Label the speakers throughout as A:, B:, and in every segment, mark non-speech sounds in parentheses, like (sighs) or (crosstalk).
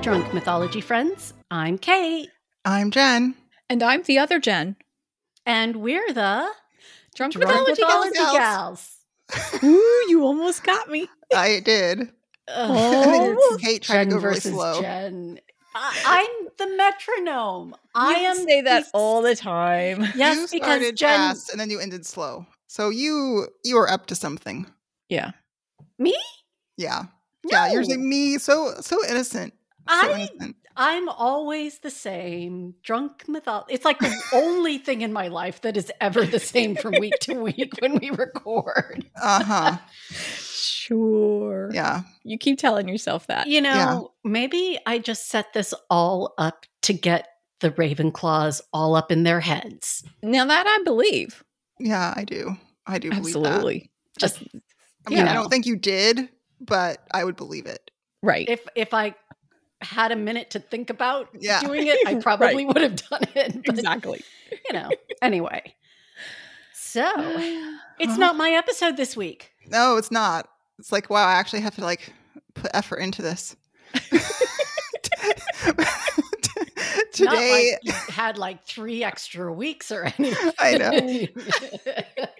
A: Drunk Mythology Friends. I'm Kate.
B: I'm Jen.
C: And I'm the other Jen.
A: And we're the
C: Drunk,
A: Drunk
C: mythology.
A: Mythology
B: Gals.
A: Gals.
C: Ooh, you almost got me.
B: I
A: (laughs)
B: did. (laughs) I think
A: Ugh.
B: it's Kate trying
A: Oh. Jen
B: to go really
A: versus
B: slow.
A: Jen. I, I'm the metronome. I
C: You
A: am
C: say that
A: the-
C: all the time.
A: (laughs) Yes,
B: you
A: because
B: started
A: Jen.
B: fast and then you ended slow. So you you were up to something.
C: Yeah.
A: Me?
B: Yeah.
A: No,
B: Yeah. You're like me. So so innocent. So
A: I
B: innocent.
A: I'm always the same. Drunk mythology. It's like the only thing in my life that is ever the same from week to week when we record. (laughs)
B: Uh huh.
C: Sure.
B: yeah.
C: You keep telling yourself
B: Uh,
C: that.
A: You know, maybe I just set this all up to get the Ravenclaws all up in their heads.
C: Now that I believe.
B: Yeah. I do. I do believe that.
C: Absolutely.
A: Just
B: I
A: You
B: mean, I
A: know.
B: don't think you did, but I would believe it.
C: Right.
A: if if I had a minute to think about
B: Yeah.
A: doing it,
B: (laughs)
A: I probably would have done it. But
C: (laughs) exactly.
A: you know, anyway. So
B: (sighs)
A: it's not my episode this week.
B: No, it's not. It's like wow, I actually have to like put effort
A: (laughs)
B: into this. (laughs) Today,
A: Not like you had like three extra weeks or (laughs) anything.
B: I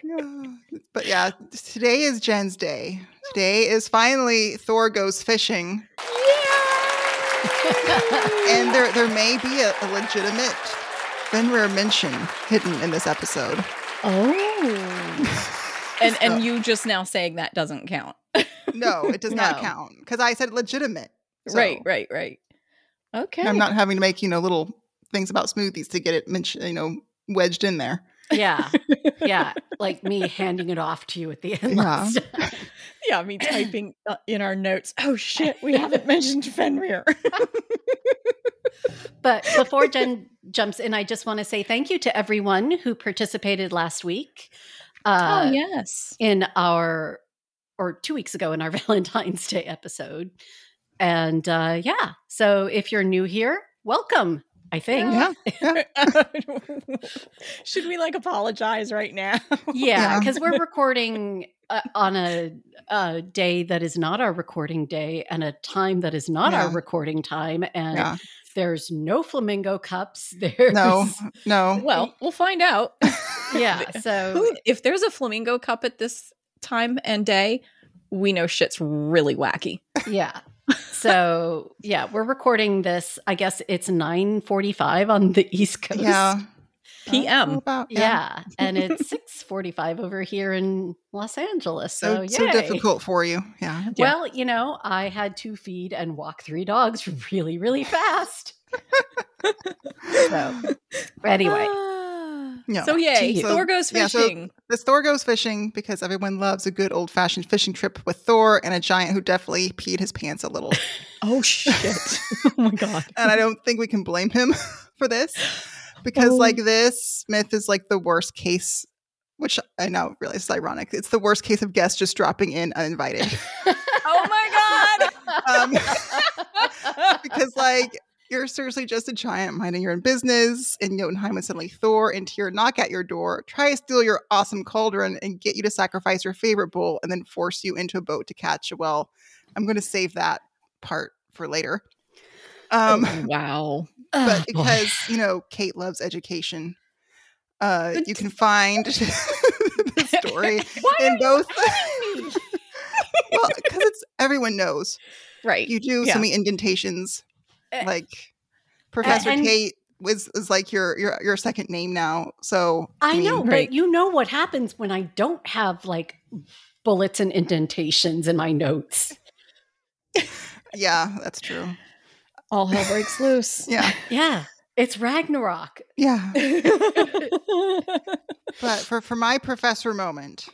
B: know. Yeah. but yeah, today is Jen's day. Today is finally Thor goes fishing, and there there may be a, a legitimate Fenrir mention hidden in this episode.
C: Oh. And and you just now saying that doesn't count.
B: No, it does not
C: No.
B: count because I said legitimate. So
C: Right, right, right. Okay. (laughs)
B: I'm not having to make you know little things about smoothies to get it mentioned, you know, wedged in there.
A: yeah. Yeah. Like me handing it off to you at the end.
B: Yeah.
A: last time.
C: Yeah, me typing uh, in our notes. Oh shit, we haven't mentioned Fenrir. (laughs)
A: But before Jen jumps in, I just want to say thank you to everyone who participated last week.
B: Oh,
A: Uh,
C: Oh, yes.
A: in our or two weeks ago in our (laughs) Valentine's Day episode. And uh, yeah, so if you're new here, welcome. I think. Yeah,
B: Yeah,
C: (laughs) Should we like apologize right now?
A: because
B: Yeah.
A: we're recording uh, on a, a day that is not our recording day and a time that is not our
B: Yeah.
A: recording time. And
B: yeah.
A: there's no flamingo cups. (laughs) There's
B: No, no.
C: (laughs) Well, we'll find out.
B: (laughs)
A: Yeah. So
C: Who- if there's a flamingo cup at this time and day, we know shit's really wacky.
B: (laughs)
A: yeah. So yeah, we're recording this. I guess it's 9:45 on the East Coast.
B: Yeah.
C: PM.
B: About,
A: Yeah, and
B: (laughs)
A: it's six forty-five over here in Los Angeles. So,
B: So
A: yay.
B: so difficult for you. Yeah.
C: Yeah.
A: Well, you know, I had to feed and walk three dogs (laughs) really, really fast. So, anyway,
C: Ah.
B: Yeah.
C: So yay,
B: So-
C: Thor goes
B: yeah, so-
C: fishing.
B: This Thor goes fishing because everyone loves a good old fashioned fishing trip with Thor and a giant who definitely peed his pants a little.
C: oh (laughs) shit. oh my god.
B: and I don't think we can blame him (laughs) for this because,
C: Oh.
B: like, this myth is like the worst case, which I now realize is ironic. It's the worst case of guests just dropping in uninvited. Ah.
C: Oh my
B: Um,
C: god.
B: because, like, you're seriously just a giant minding your own business, and Jotunheim would suddenly Thor and Tyr knock at your door, try to steal your awesome cauldron, and get you to sacrifice your favorite bull, and then force you into a boat to catch a well. I'm going to save that part for later.
C: Oh, (sighs)
B: Um,
C: wow.
B: but
A: Ugh, boy.
B: because you know Kate loves education, uh,
C: But-
B: you can find (laughs) the story in both. (laughs) well, because it's everyone knows
C: Right.
B: you do
C: Yeah.
B: so many indentations,
A: Eh,
B: like Professor
A: and-
B: Kate was is like your your your second name now. So
A: (laughs) I
B: mean,
A: know,
C: Right.
A: but you know what happens when I don't have like bullets and indentations in my notes.
B: yeah, that's true.
C: All hell breaks (laughs) loose.
B: Yeah,
A: Yeah, it's Ragnarok.
B: yeah. But for, for my professor moment,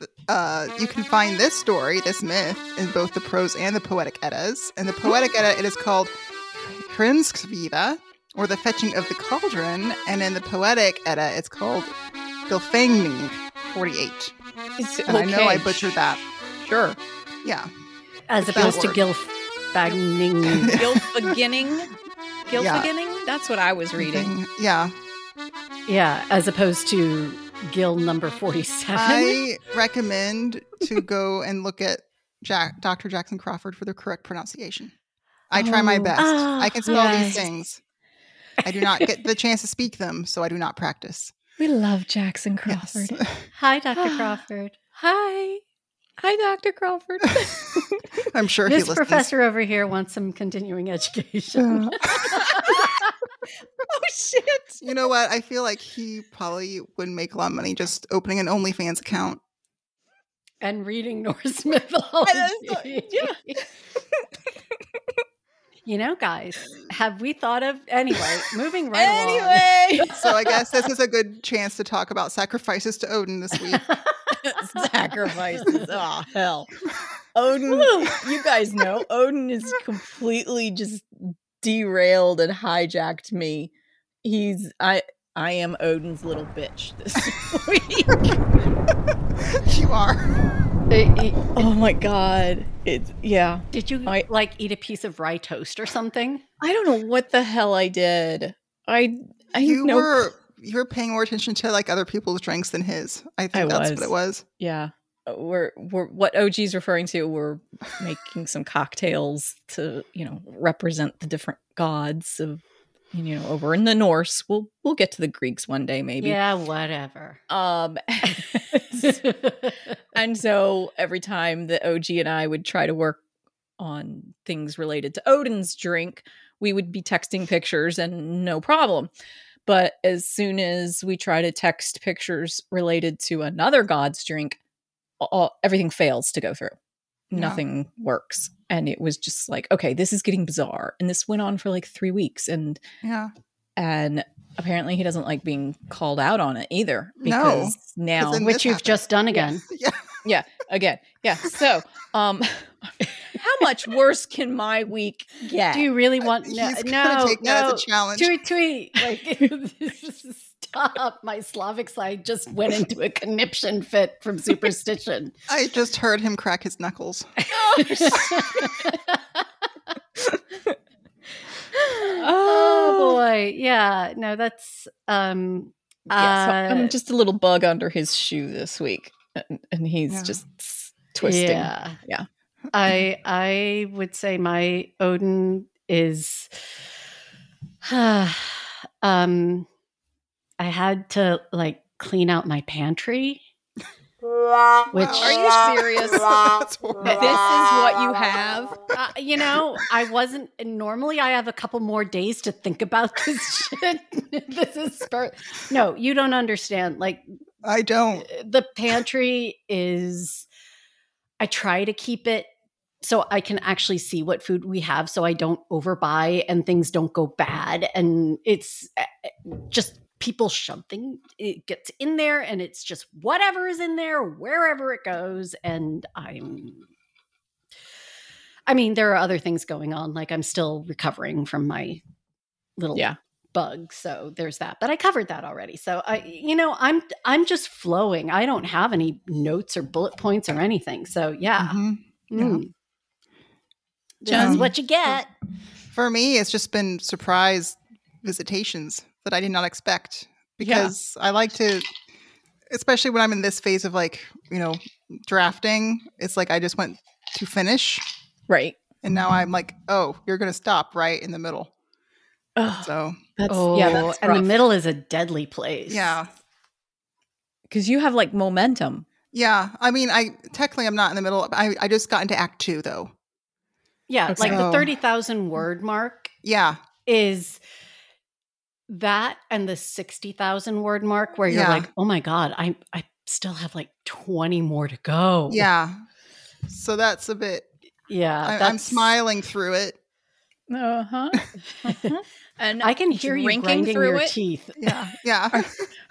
B: th- uh, you can find this story, this myth, in both the prose and the poetic Eddas. In the poetic Edda, it is called Hrinskviva, or the fetching of the cauldron, and in the poetic Edda, it's called Bilfangning 48.
C: It's-
B: And I know I
C: okay,
B: butchered that.
C: Sure.
B: Yeah.
A: As
B: That
A: opposed to
B: word.
A: Gilf
B: (laughs)
A: Bagning.
C: Guilt beginning. Guilt
B: Yeah.
C: beginning. That's what I was reading.
B: Thing- Yeah.
A: Yeah, as opposed to Gil number 47.
B: I recommend to go and look at Jack, Dr. Jackson Crawford for the correct pronunciation. I try my
C: Oh.
B: best.
A: Ah,
B: I can spell these
C: yes.
B: things. I do not get the chance to speak them, so I do not practice.
C: We love Jackson
B: Yes.
C: (laughs) Crawford.
A: Hi,
B: (sighs)
A: Dr. Crawford.
C: Hi. Hi, Dr. Crawford.
B: I'm sure he
A: This
B: listens. Uh,
A: professor over here wants some continuing education.
B: Yeah.
C: oh, shit.
B: You know what? I feel like he probably would make a lot of money just opening an OnlyFans account.
A: (laughs) and reading Norse (laughs)
B: (laughs)
A: mythology.
C: yeah.
A: (laughs) you know, guys, have we thought of anyway? Moving
B: (laughs)
A: right along.
C: Anyway,
B: So I guess this is a good chance to talk about sacrifices to Odin this
A: (laughs)
C: (laughs)
B: week.
A: Uh,
C: sacrifices. Oh, hell. Odin, you guys know Odin (laughs) is completely just derailed and hijacked me. He's, I, I am Odin's little bitch this (laughs) week.
B: you are.
A: Uh, e-
C: oh my God. It's, yeah.
A: Did you
C: I-
A: like eat a piece of rye toast or something?
C: I don't know what the hell I did. I, I
B: you
C: know-
B: were you were paying more attention to like other people's drinks than his. I think
C: I
B: that's
C: was.
B: what it was.
C: yeah Uh, we're we're what og's referring to we're making some cocktails to you know represent the different gods of you know over in the norse we'll we'll get to the greeks one day maybe
A: Yeah, (laughs) whatever.
C: um (laughs) and so every time that og and i would try to work on things related to odin's drink we would be texting pictures and no problem but as soon as we try to text pictures related to another god's drink all, everything fails to go through
B: Yeah.
C: nothing works and it was just like okay this is getting bizarre and this went on for like three weeks and
B: Yeah.
C: and apparently he doesn't like being called out on it either
B: No,
C: because now
B: then-
A: Which
B: This
A: you've
B: happened.
A: just done again.
B: Yeah.
C: again yeah so um (laughs) how much worse can my week get
A: Do you really want no?
B: Uh, He's gonna
A: No,
B: take that
A: no.
B: as a challenge.
A: Tweet, tweet. (laughs) Like,
B: (laughs)
A: stop. My Slavic side just went into a conniption fit from (laughs) superstition.
B: I just heard him crack his knuckles.
A: oh boy yeah no that's um
C: yeah, so
A: uh,
C: i'm just a little bug under his shoe this week and, and he's
B: Yeah.
C: just twisting
A: yeah
C: Yeah.
A: i i would say my odin is (sighs) um i had to like clean out my pantry which
B: Wow.
C: are you serious this is
B: (laughs) That's horrible.
C: what you have
A: uh, you know, I wasn't. and Normally, I have a couple more days to think about (laughs) this shit. this is spur- no, you don't understand. Like
B: I don't.
A: the pantry is, I try to keep it so I can actually see what food we have, so I don't overbuy and things don't go bad. And it's uh, uh, just people something it gets in there, and it's just whatever is in there, wherever it goes, and I'm I mean, there are other things going on. Like I'm still recovering from my little
C: Yeah.
A: bug, so there's that. But I covered that already. So I, you know, I'm I'm just flowing. I don't have any notes or bullet points or anything. So yeah,
B: Mhm. yeah.
A: Mm. This
C: Yeah.
A: is what you get.
B: For me, it's just been surprise visitations that I did not expect because I like to, especially when I'm in this phase of like, you know, drafting, it's like I just went to finish
C: right
B: and now I'm like, oh, you're going to stop right in the middle.
C: oh,
B: So,
C: that's yeah that's
A: and the
C: rough.
A: middle is a deadly place.
B: yeah.
C: because you have like momentum
B: Yeah. I mean, I technically I'm not in the middle. I, I just got into act two though.
A: yeah. Like the
B: So-
A: thirty thousand word mark
B: Yeah.
A: is that and the 60,000 word mark where you're
B: Yeah.
A: like, "Oh my god, I I still have like 20 more to go."
B: Yeah. So that's a bit,
A: Yeah,
B: I, I'm
A: Uh, that's-
B: smiling through it.
A: (laughs)
C: uh-huh (laughs) and
A: I can hear you
C: Drinking
A: grinding
C: through
A: your
C: it?
A: teeth.
B: Yeah. Yeah.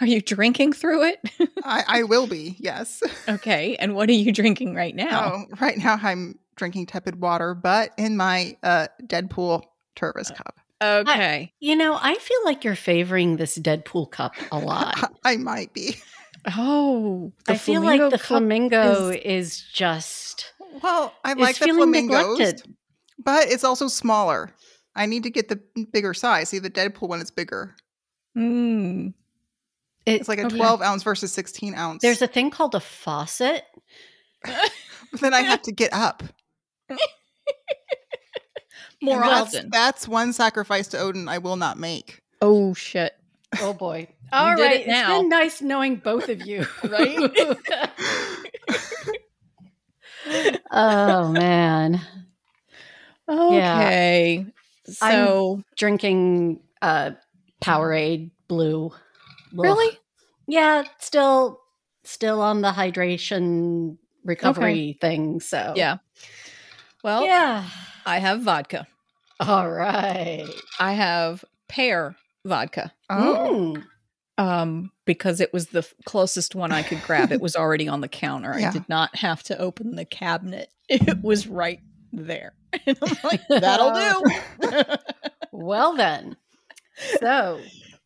C: are you drinking through it (laughs)
B: I, I will be. Yes. (laughs)
C: okay and what are you drinking right now
B: Oh, right now I'm drinking tepid water, but in my uh, Deadpool
A: Uh,
B: Turvis cup. (laughs)
C: Okay.
A: You know, I feel like you're favoring this Deadpool cup a
B: (laughs)
A: lot.
B: I might be.
C: oh,
A: I feel like the
C: flamingo.
A: flamingo is, just
B: Well, I
A: It's
B: like the
A: feeling
B: flamingos,
A: neglected.
B: but it's also smaller. I need to get the bigger size. See, the Deadpool one is bigger.
C: Mm.
B: It's like a
C: Okay.
B: 12 ounce versus 16 ounce.
A: there's a thing called a faucet. eh,
B: But then I have to get up.
C: more
B: And that's-
C: often.
B: That's one sacrifice to Odin I will not make. (gasps)
C: Oh shit.
A: Oh boy. All
C: did it
A: right. It
C: now.
A: has been nice knowing both of you.
C: (laughs)
A: (laughs)
C: Right?
A: oh man.
C: Okay. So
A: Drinking uh Powerade blue. Ugh.
C: really?
A: Yeah, still still on the hydration recovery thing. So
C: Yeah. Well,
A: yeah.
C: I have vodka.
A: All right.
C: I have pear vodka.
B: Oh.
A: Mm.
C: Um, because it was the f- closest one I could grab. It was already on the counter.
B: Yeah.
C: I did not have to open the cabinet. (laughs) It was right there. And I'm (laughs) like, that'll
B: Uh,
C: do. (laughs)
A: Well then. So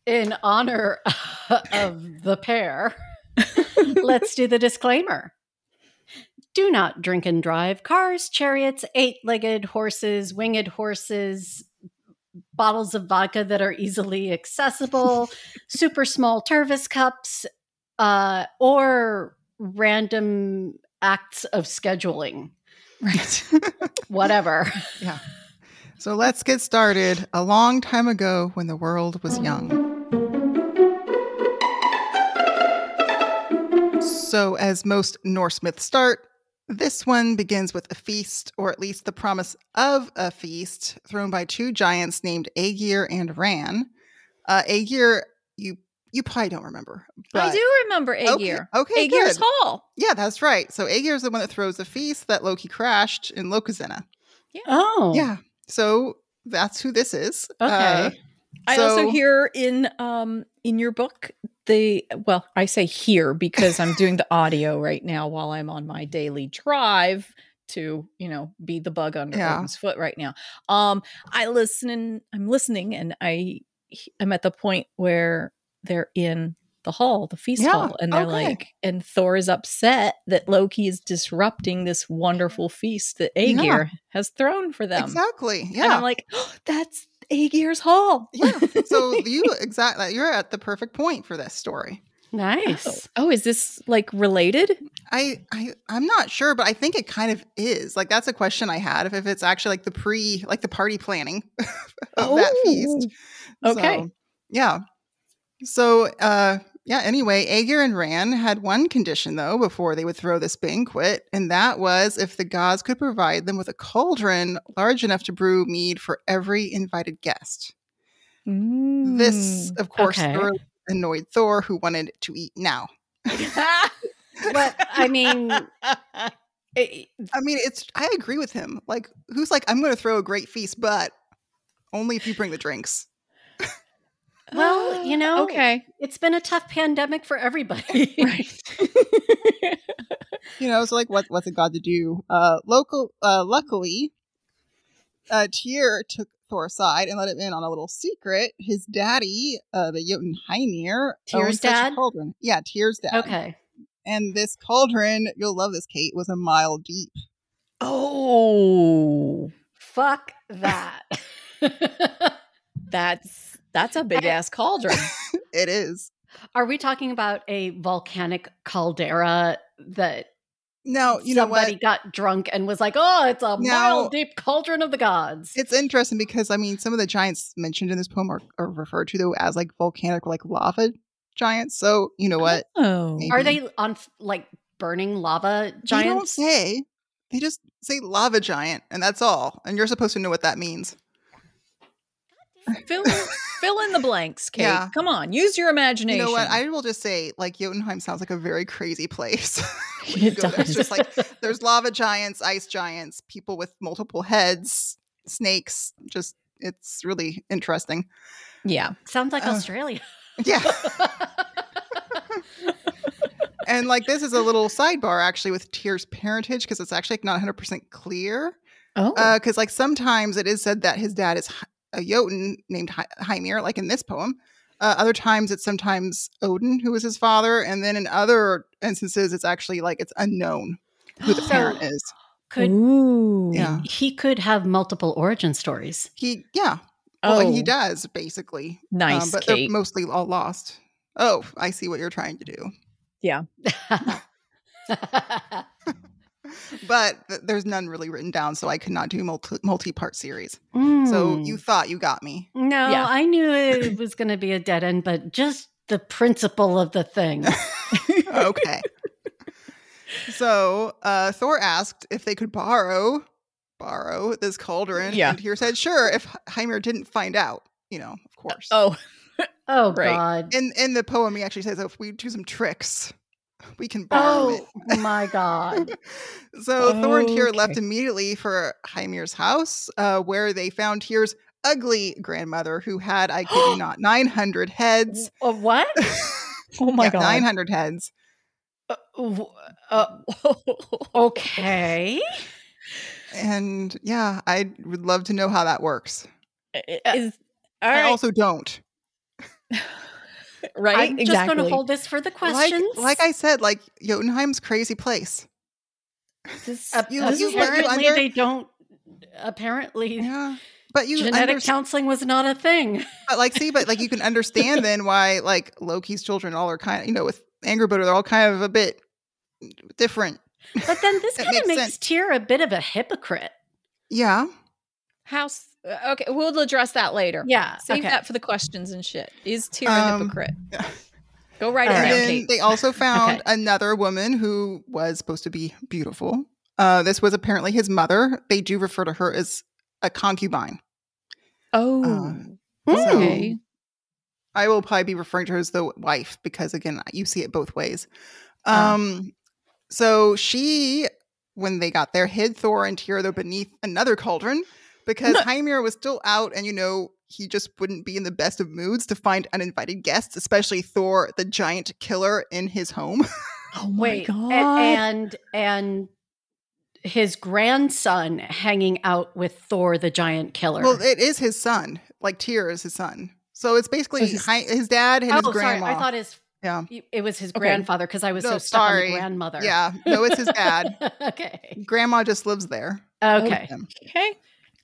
A: in honor (laughs) of the pair, let's do the disclaimer. Do not drink and drive cars, chariots, eight legged horses, winged horses, bottles of vodka that are easily accessible, super small Tervis cups, uh, or random acts of scheduling,
C: right.
A: whatever.
B: (laughs) So let's get started. A long time ago when the world was young. So, as most Norse myths start, this one begins with a feast, or at least the promise of a feast, thrown by two giants named Aegir and Ran. Uh, Aegir, you you probably don't remember.
C: I
B: but-
C: do remember
B: Okay,
C: Aegir.
B: Okay,
C: Aegir's
B: good.
C: Hall.
B: Yeah, that's right. So Aegir is the one that throws the feast that Loki crashed in Locuzenna.
A: Oh,
B: Yeah. So that's who this is. Uh,
A: Okay.
C: I also
B: So-
C: hear in um in your book the well I say here because I'm doing the audio right now while I'm on my daily drive to you know be the bug under
B: Yeah.
C: Odin's foot right now. Um, I listen and I'm listening and I I'm at the point where they're in the hall, the feast
B: Yeah.
C: hall, and they're
B: Okay.
C: like, and Thor is upset that Loki is disrupting this wonderful feast that Aegir has thrown for them.
B: Exactly.
C: And
B: Yeah.
C: I'm like, (gasps) that's Aegir's hall.
B: yeah.
C: (laughs)
B: So you exactly you're at the perfect point for this story.
C: Oh,
A: nice.
C: oh, is this like related?
B: I, I I'm not sure, but I think it kind of is. Like that's a question I had if, if it's actually like the pre like the party planning (laughs) of that feast.
C: Okay.
B: So, yeah. So, uh, yeah, anyway, Aegir and Ran had one condition, though, before they would throw this banquet, and that was if the gods could provide them with a cauldron large enough to brew mead for every invited guest. This,
C: Mm.
B: of course,
A: okay.
B: thoroughly annoyed Thor, who wanted to eat now.
A: But I mean, it-
B: I mean, it's, I agree with him. Like, who's like, I'm going to throw a great feast, but only if you bring the drinks.
A: Well,
C: (gasps)
A: you know- (laughs)
C: Okay.
A: it's been a tough pandemic for everybody.
C: (laughs) Right.
B: (laughs) you know, so like, what, what's it got to do? Uh, local, uh, luckily, uh, Tyr took Thor aside and let him in on a little secret. His daddy, uh, the Jotun Hymir,
A: Tyr's
B: owned such a
A: dad?
B: cauldron. Yeah, Tyr's dad.
A: (laughs) Okay.
B: And this cauldron, you'll love this, Kate, was a mile deep.
C: Oh,
A: Fuck that. (laughs)
C: that's that's a big
B: (laughs)
C: ass cauldron.
B: It is.
A: Are we talking about a volcanic caldera that
B: Now, Oh, you know
A: somebody
B: what?
A: got drunk and was like, oh, it's a
B: Now-
A: mile deep cauldron of the gods?
B: It's interesting because, I mean, some of the giants mentioned in this poem are, are referred to, though, as like volcanic or like lava giants. So, you know what?
C: Oh,
A: Are they on f- like burning lava
B: They don't
A: giants?
B: say. They just say lava giant, and that's all. And you're supposed to know what that means.
C: fill fill in the blanks, Kate.
B: Yeah.
C: Come on, use your
B: You
C: imagination.
B: know what? I will just say, like Jotunheim sounds like a very crazy place. (laughs)
C: (laughs)
B: When you
C: It
B: go there, It's
C: does.
B: just like
C: (laughs)
B: there's lava giants, ice giants, people with multiple heads, snakes. Just it's really interesting.
C: yeah.
A: Sounds like
B: Uh.
A: Australia. (laughs)
B: Yeah. and like this is a little sidebar actually with Tyr's parentage because it's actually not 100% clear.
C: Oh,
A: Uh,
B: because like sometimes it is said that his dad is Hy- a Jotun named Hy- Hymir, like in this poem. Uh, other times it's sometimes Odin who is his father, and then in other instances it's actually like it's unknown who the
A: So-
B: parent is.
A: Could
B: Yeah,
A: he could have multiple origin stories? (laughs)
B: he yeah,
C: oh,
B: well, and he does basically. Um,
C: nice,
B: but
C: Kate.
B: they're mostly all lost. Oh, I see what you're trying to do. but th- there's none really written down, so I could not do multi multi part series. So
A: Mm.
B: you
C: Hmm.
B: thought you got me.
A: No,
C: Yeah.
A: I knew
B: (laughs)
A: it was going to be a dead end, but just the principle of the thing.
B: (laughs) Okay. so uh, Thor asked if they could borrow borrow this cauldron.
C: Yeah.
B: And Tyr said, sure, if Hymir didn't find out, you know, of course.
C: (laughs) Oh,
A: Oh
C: Right.
A: God!
B: In in the poem he actually says if we do some tricks, we can borrow it.
A: Oh my God!
B: (laughs) So Thor and Tyr left
C: Oh. Okay.
B: immediately for Hymir's house, uh, where they found Tyr's ugly grandmother, who had, I kid
C: (gasps)
B: you not, 900 heads.
A: A what?
B: (laughs)
C: oh my
B: Yeah,
C: god.
B: 900 heads.
A: Uh, w- uh,
C: uh, (laughs)
A: okay.
B: And yeah, I would love to know how that works.
C: Uh, Is, all
B: I
C: right.
B: also don't.
C: right.
A: I'm
C: exactly.
A: just going to hold this for the questions.
B: Like, like I said, like Jotunheim's crazy place.
C: This-
A: Ap-
B: you- you learn
A: apparently
B: under-
A: they don't. Apparently,
B: Yeah. But you
A: genetic
B: understand,
A: counseling was not a
B: (laughs)
A: thing.
B: but like, see, but like you can understand then why like Loki's children all are kind of, you know, with Angerboda, they're all kind of a bit different.
A: But then this
B: That
A: kind of
B: makes
A: makes
B: sense.
A: Tyr a bit of a hypocrite.
B: Yeah.
C: House. uh, Okay, we'll address that later.
A: Yeah.
C: Save
A: okay.
C: that for the questions and shit. Is Tyr a
B: Um,
C: (laughs) hypocrite? Go right
A: All right.
C: it
B: and
C: down,
B: then
C: Kate.
B: they also
A: (laughs)
B: found
A: Okay.
B: another woman who was supposed to be beautiful. Uh, this was apparently his mother. They do refer to her as a concubine.
C: oh.
B: um,
A: Mm.
C: okay.
B: I will probably be referring to her as the wife because again, you see it both ways.
A: Ah.
B: Um, so she, when they got there, hid Thor and Tyr though beneath another cauldron because Hymir was still out, and you know he just wouldn't be in the best of moods to find uninvited guests, especially Thor, the giant killer, in his home. (laughs)
C: Oh my
A: Wait, a-
C: god.
A: and and his grandson hanging out with Thor the giant killer.
B: well, it is his son. Like Tyr is his son, so it's basically
C: his-
B: Hy- his dad and
A: oh,
B: his
A: sorry,
B: grandma.
A: I thought his
B: yeah,
A: it was his
C: Okay.
A: grandfather because I was
B: No,
A: so stuck
B: sorry.
A: on the grandmother.
B: yeah. No, it's his dad.
A: (laughs) okay.
B: grandma just lives there.
C: Okay.
A: Okay.
B: Um,
C: okay.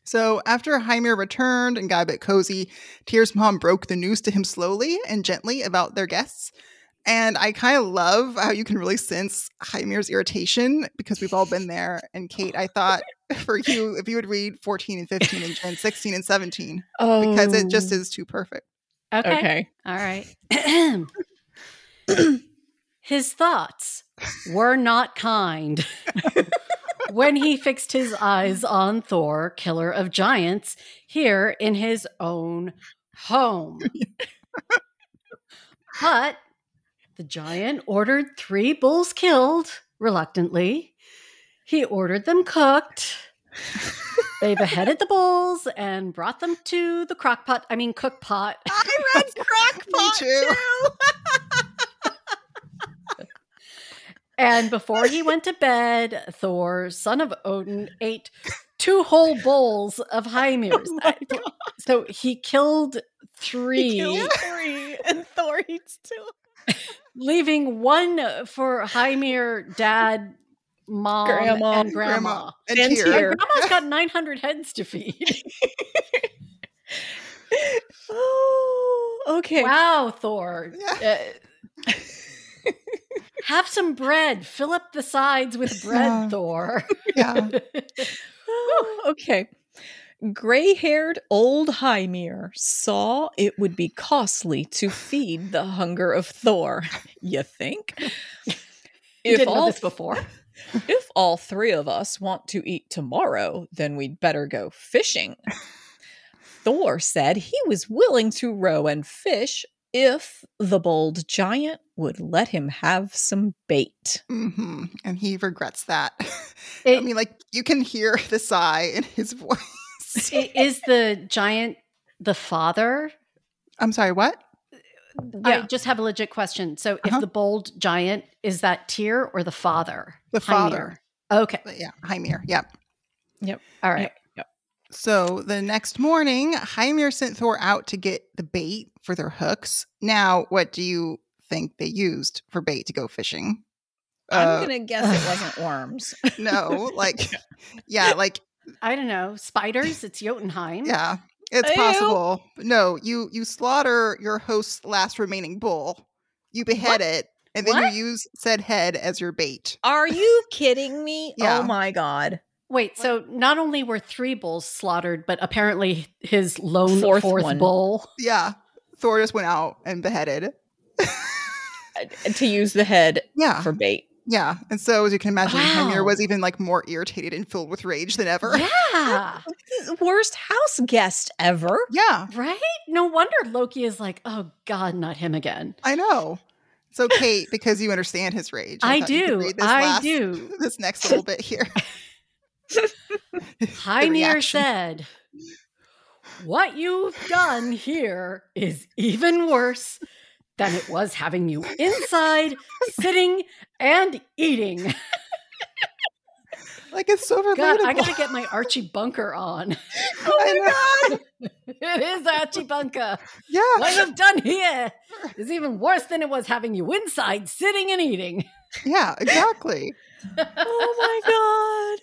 B: So after Hymir returned and got a bit cozy, Tyr's mom broke the news to him slowly and gently about their guests. And I kind of love how you can really sense Hymir's irritation because we've all been there. And Kate, I thought (laughs) for you, if you would read 14 and 15 and Jen 16 and 17,
C: Oh.
B: because it just is too perfect.
A: Okay.
C: Okay.
A: All right. (clears throat) his thoughts were not kind. (laughs) when he fixed his eyes on Thor, killer of giants, here in his own home. but the giant ordered three bulls killed, reluctantly. He ordered them cooked. they beheaded the bulls and brought them to the crock pot, I mean, cook pot.
C: (laughs) I
B: (laughs)
C: read Crockpot (laughs)
B: too.
A: And before he went to bed, Thor, son of Odin, ate two whole bowls of (laughs) Hymir's.
C: Oh my God.
A: so he killed three,
C: He killed three, and Thor eats two.
A: leaving one for Hymir, dad, mom,
C: Grandma.
A: and grandma.
B: And,
C: And
B: Tyr.
C: Tyr.
A: And grandma's (laughs) got 900 heads to (laughs) feed.
C: oh, (gasps) okay.
A: Wow, Thor.
B: Yeah.
A: (laughs) Uh, have some bread. Fill up the sides with bread,
B: Yeah.
A: Thor.
B: Yeah.
C: Oh, (gasps) okay. Gray haired old Hymir saw it would be costly to feed the hunger of Thor. (laughs) You think?
A: You (laughs)
C: If
A: didn't know
C: all,
A: this before.
C: (laughs) if all three of us want to eat tomorrow, then we'd better go
A: (laughs)
C: fishing. Thor said he was willing to row and fish if the bold giant would let him have some bait.
B: hmm And he regrets that. (laughs) I
A: It-
B: mean, like, you can hear the sigh in his (laughs) voice.
A: (laughs) I- is the giant the father?
B: I'm sorry, what?
A: I just have a legit question. So,
B: Uh-huh.
A: if the bold giant is that Tyr or the father?
B: The
A: Hymir. Okay.
B: But yeah, Hymir. Yep.
A: All right.
B: So the next morning, Hymir sent Thor out to get the bait for their hooks. Now, what do you think they used for bait to go fishing?
C: I'm
B: Uh,
C: going to guess it
A: (laughs)
C: wasn't worms.
B: no,
C: (laughs)
B: like, yeah, like,
A: I don't know. Spiders. It's Jotunheim.
B: yeah, it's
C: Ew.
B: possible. No, you you slaughter your host's last remaining bull, you behead it, and then
C: What?
B: you use said head as your bait.
C: Are you kidding me?
B: Yeah.
C: Oh my god.
A: Wait, so not only were three bulls slaughtered, but apparently his lone
C: Fourth
A: fourth,
C: one.
A: bull.
B: (laughs) Yeah, Thor just went out and beheaded.
C: Uh, To use the head
B: Yeah,
C: for bait.
B: yeah. And so, as you can imagine, Hamir
A: Wow.
B: was even like more irritated and filled with rage than ever.
A: (laughs) Yeah,
C: Worst house guest ever.
B: (laughs) yeah
A: right? No wonder Loki is like, oh God, not him again.
B: I know. So, Kate, because you understand his rage,
A: I
B: thought you could
A: do.
B: read this
A: I
B: last-
A: do.
B: (laughs) This
A: (laughs)
B: next little bit here. (laughs)
A: Hynir
B: reaction.
A: said, What you've done here is even worse than it was having you inside, sitting, and
B: (laughs)
A: eating. (laughs)
B: Like it's so relatable.
A: God, I gotta get my Archie Bunker on. (laughs)
B: (laughs) I know.
A: It is Archie Bunker.
B: Yeah.
A: What you've done here is even worse than it was having you inside, sitting, and eating.
B: Yeah, exactly.
C: Oh
A: oh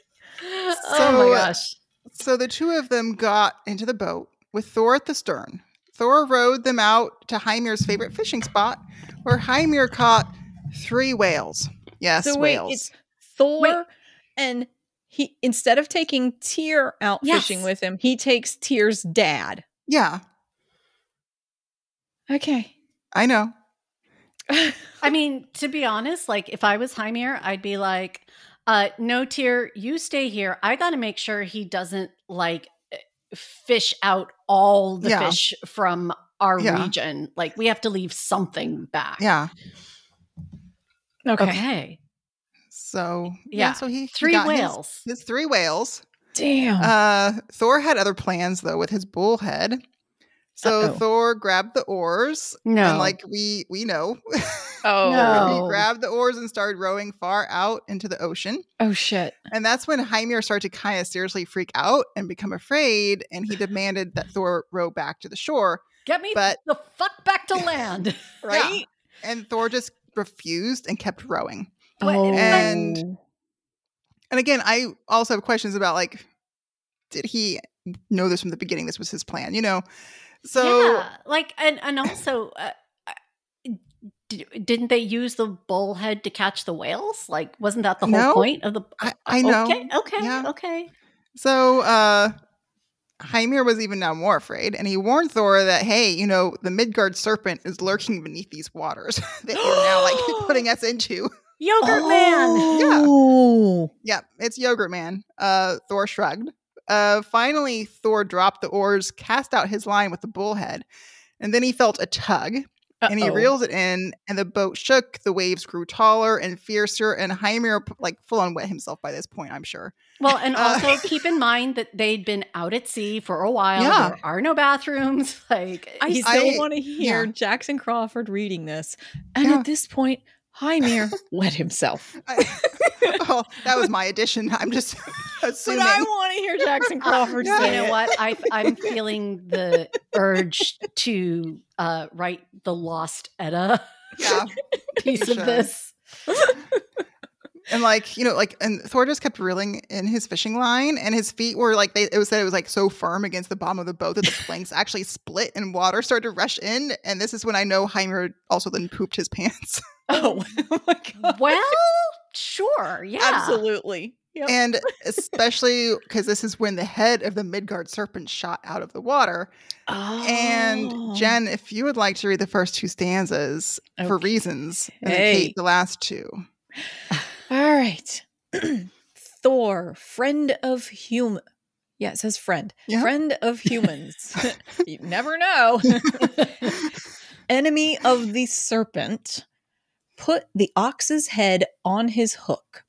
B: So,
A: my gosh.
B: So the two of them got into the boat with Thor at the stern. Thor rowed them out to Hymir's favorite fishing spot, where Hymir caught three whales. Yes,
C: (laughs) So wait,
B: whales.
C: it's Thor
A: Wait.
C: and he instead of taking Tyr out
A: Yes.
C: fishing with him, he takes Tyr's dad.
B: yeah,
C: (laughs) Okay.
B: I know.
A: I mean, to be honest, like if I was Hymir, I'd be like, uh, no, Tyr, you stay here. I got to make sure he doesn't like eh, fish out all the
B: Yeah.
A: fish from our
B: Yeah.
A: region. Like we have to leave something back.
B: Yeah.
C: okay.
A: Okay.
B: So
A: Yeah,
B: so he he
A: Three
B: got his-
A: whales. Uh-huh.
B: his three whales.
C: Damn.
B: Uh, Thor had other plans though with his bull head. So
C: Uh-oh.
B: Thor grabbed the oars,
A: No.
B: and like we we know, (laughs)
C: oh.
A: no.
B: he grabbed the oars and started rowing far out into the ocean.
C: Oh shit.
A: Uh.
B: And that's when Hymir started to kind of seriously freak out and become afraid, and he demanded that Thor row back to
A: (laughs)
B: the shore.
A: get me
B: But
A: the fuck back to
B: (laughs)
A: land. (laughs)
B: right, and Thor just refused and kept rowing.
A: What-
C: Oh.
B: And- And again, I also have questions about like, did he know this from the beginning? This was his plan, you know? So
A: yeah, like and and also, uh, I- d- didn't they use the bullhead to catch the whales? Like, wasn't that the whole
B: No.
A: point of the? uh,
B: I, I know.
A: Okay, okay,
B: Yeah.
A: okay.
B: So uh Hymir was even now more afraid, and he warned Thor that, hey, you know, the Midgard serpent is lurking beneath these waters (laughs) that you're now like (laughs) putting us into.
A: Yogurt man.
C: Oh.
B: Yep, it's Yogurt Man. Uh, Thor shrugged. Uh, finally, Thor dropped the oars, cast out his line with the bullhead, and then he felt a tug, and he
C: Uh-oh.
B: reels it in, and the boat shook. The waves grew taller and fiercer, and Hymir like full on wet himself by this point, I'm sure.
A: Well, and
B: Uh,
A: also
B: (laughs)
A: keep in mind that they'd been out at sea for a while.
B: Yeah.
A: There are no bathrooms. (laughs) Like,
C: I
A: he's-
C: still
B: I-
C: want to hear
B: yeah.
C: Jackson Crawford reading this. And
B: Yeah.
C: at this point, (laughs) Hymir wet himself.
B: I, (laughs) well, that was my addition. (laughs) I'm just
C: But
B: assuming.
C: I want to hear Jackson Crawford
B: Yeah.
A: you
C: say
A: know
C: it.
A: what?
B: (laughs)
A: I, I'm feeling the urge to uh, write the Lost Edda (laughs)
B: yeah.
A: piece
B: You
A: of
B: should.
A: this.
B: And like, you know, like, and Thor just kept reeling in his fishing line, and his feet were like, they, it was said it was like so firm against the bottom of the boat that the planks actually split and water started to rush in. And this is when I know Heimer also then pooped his (laughs) pants.
C: (laughs) Oh, oh my god.
A: Well, sure. Yeah.
C: Absolutely. Yep.
B: and especially because this is when the head of the Midgard serpent shot out of the water.
C: Oh.
B: And Jen, if you would like to read the first two stanzas for
C: Okay.
B: reasons, and then
C: Hey.
B: Kate, the last
C: (laughs)
B: two. (laughs)
C: All right. (clears throat) Thor, friend of human. Yeah, it says friend.
B: Yeah.
C: Friend of (laughs) humans. you never (laughs) know. Enemy of the serpent. Put the ox's head on his hook.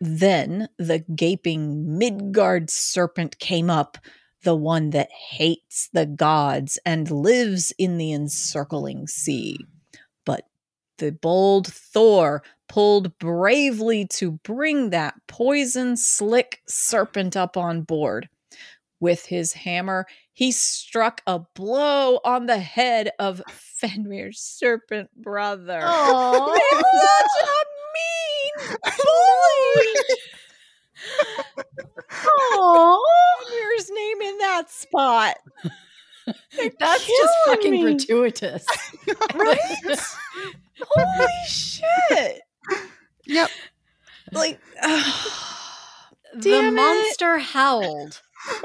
C: Then the gaping Midgard serpent came up, the one that hates the gods and lives in the encircling sea. But the bold Thor pulled bravely to bring that poison slick serpent up on board. With his hammer, he struck a blow on the head of (laughs) Fenrir's serpent brother.
A: Oh, Aw.
C: That's such a mean boy! Fenrir's name in that spot. They're
A: (laughs) That's just
C: killing
A: fucking (laughs)
C: me.
A: gratuitous.
C: Right? Holy shit.
B: Yep.
C: Like,
A: the
C: Damn it.
A: monster howled.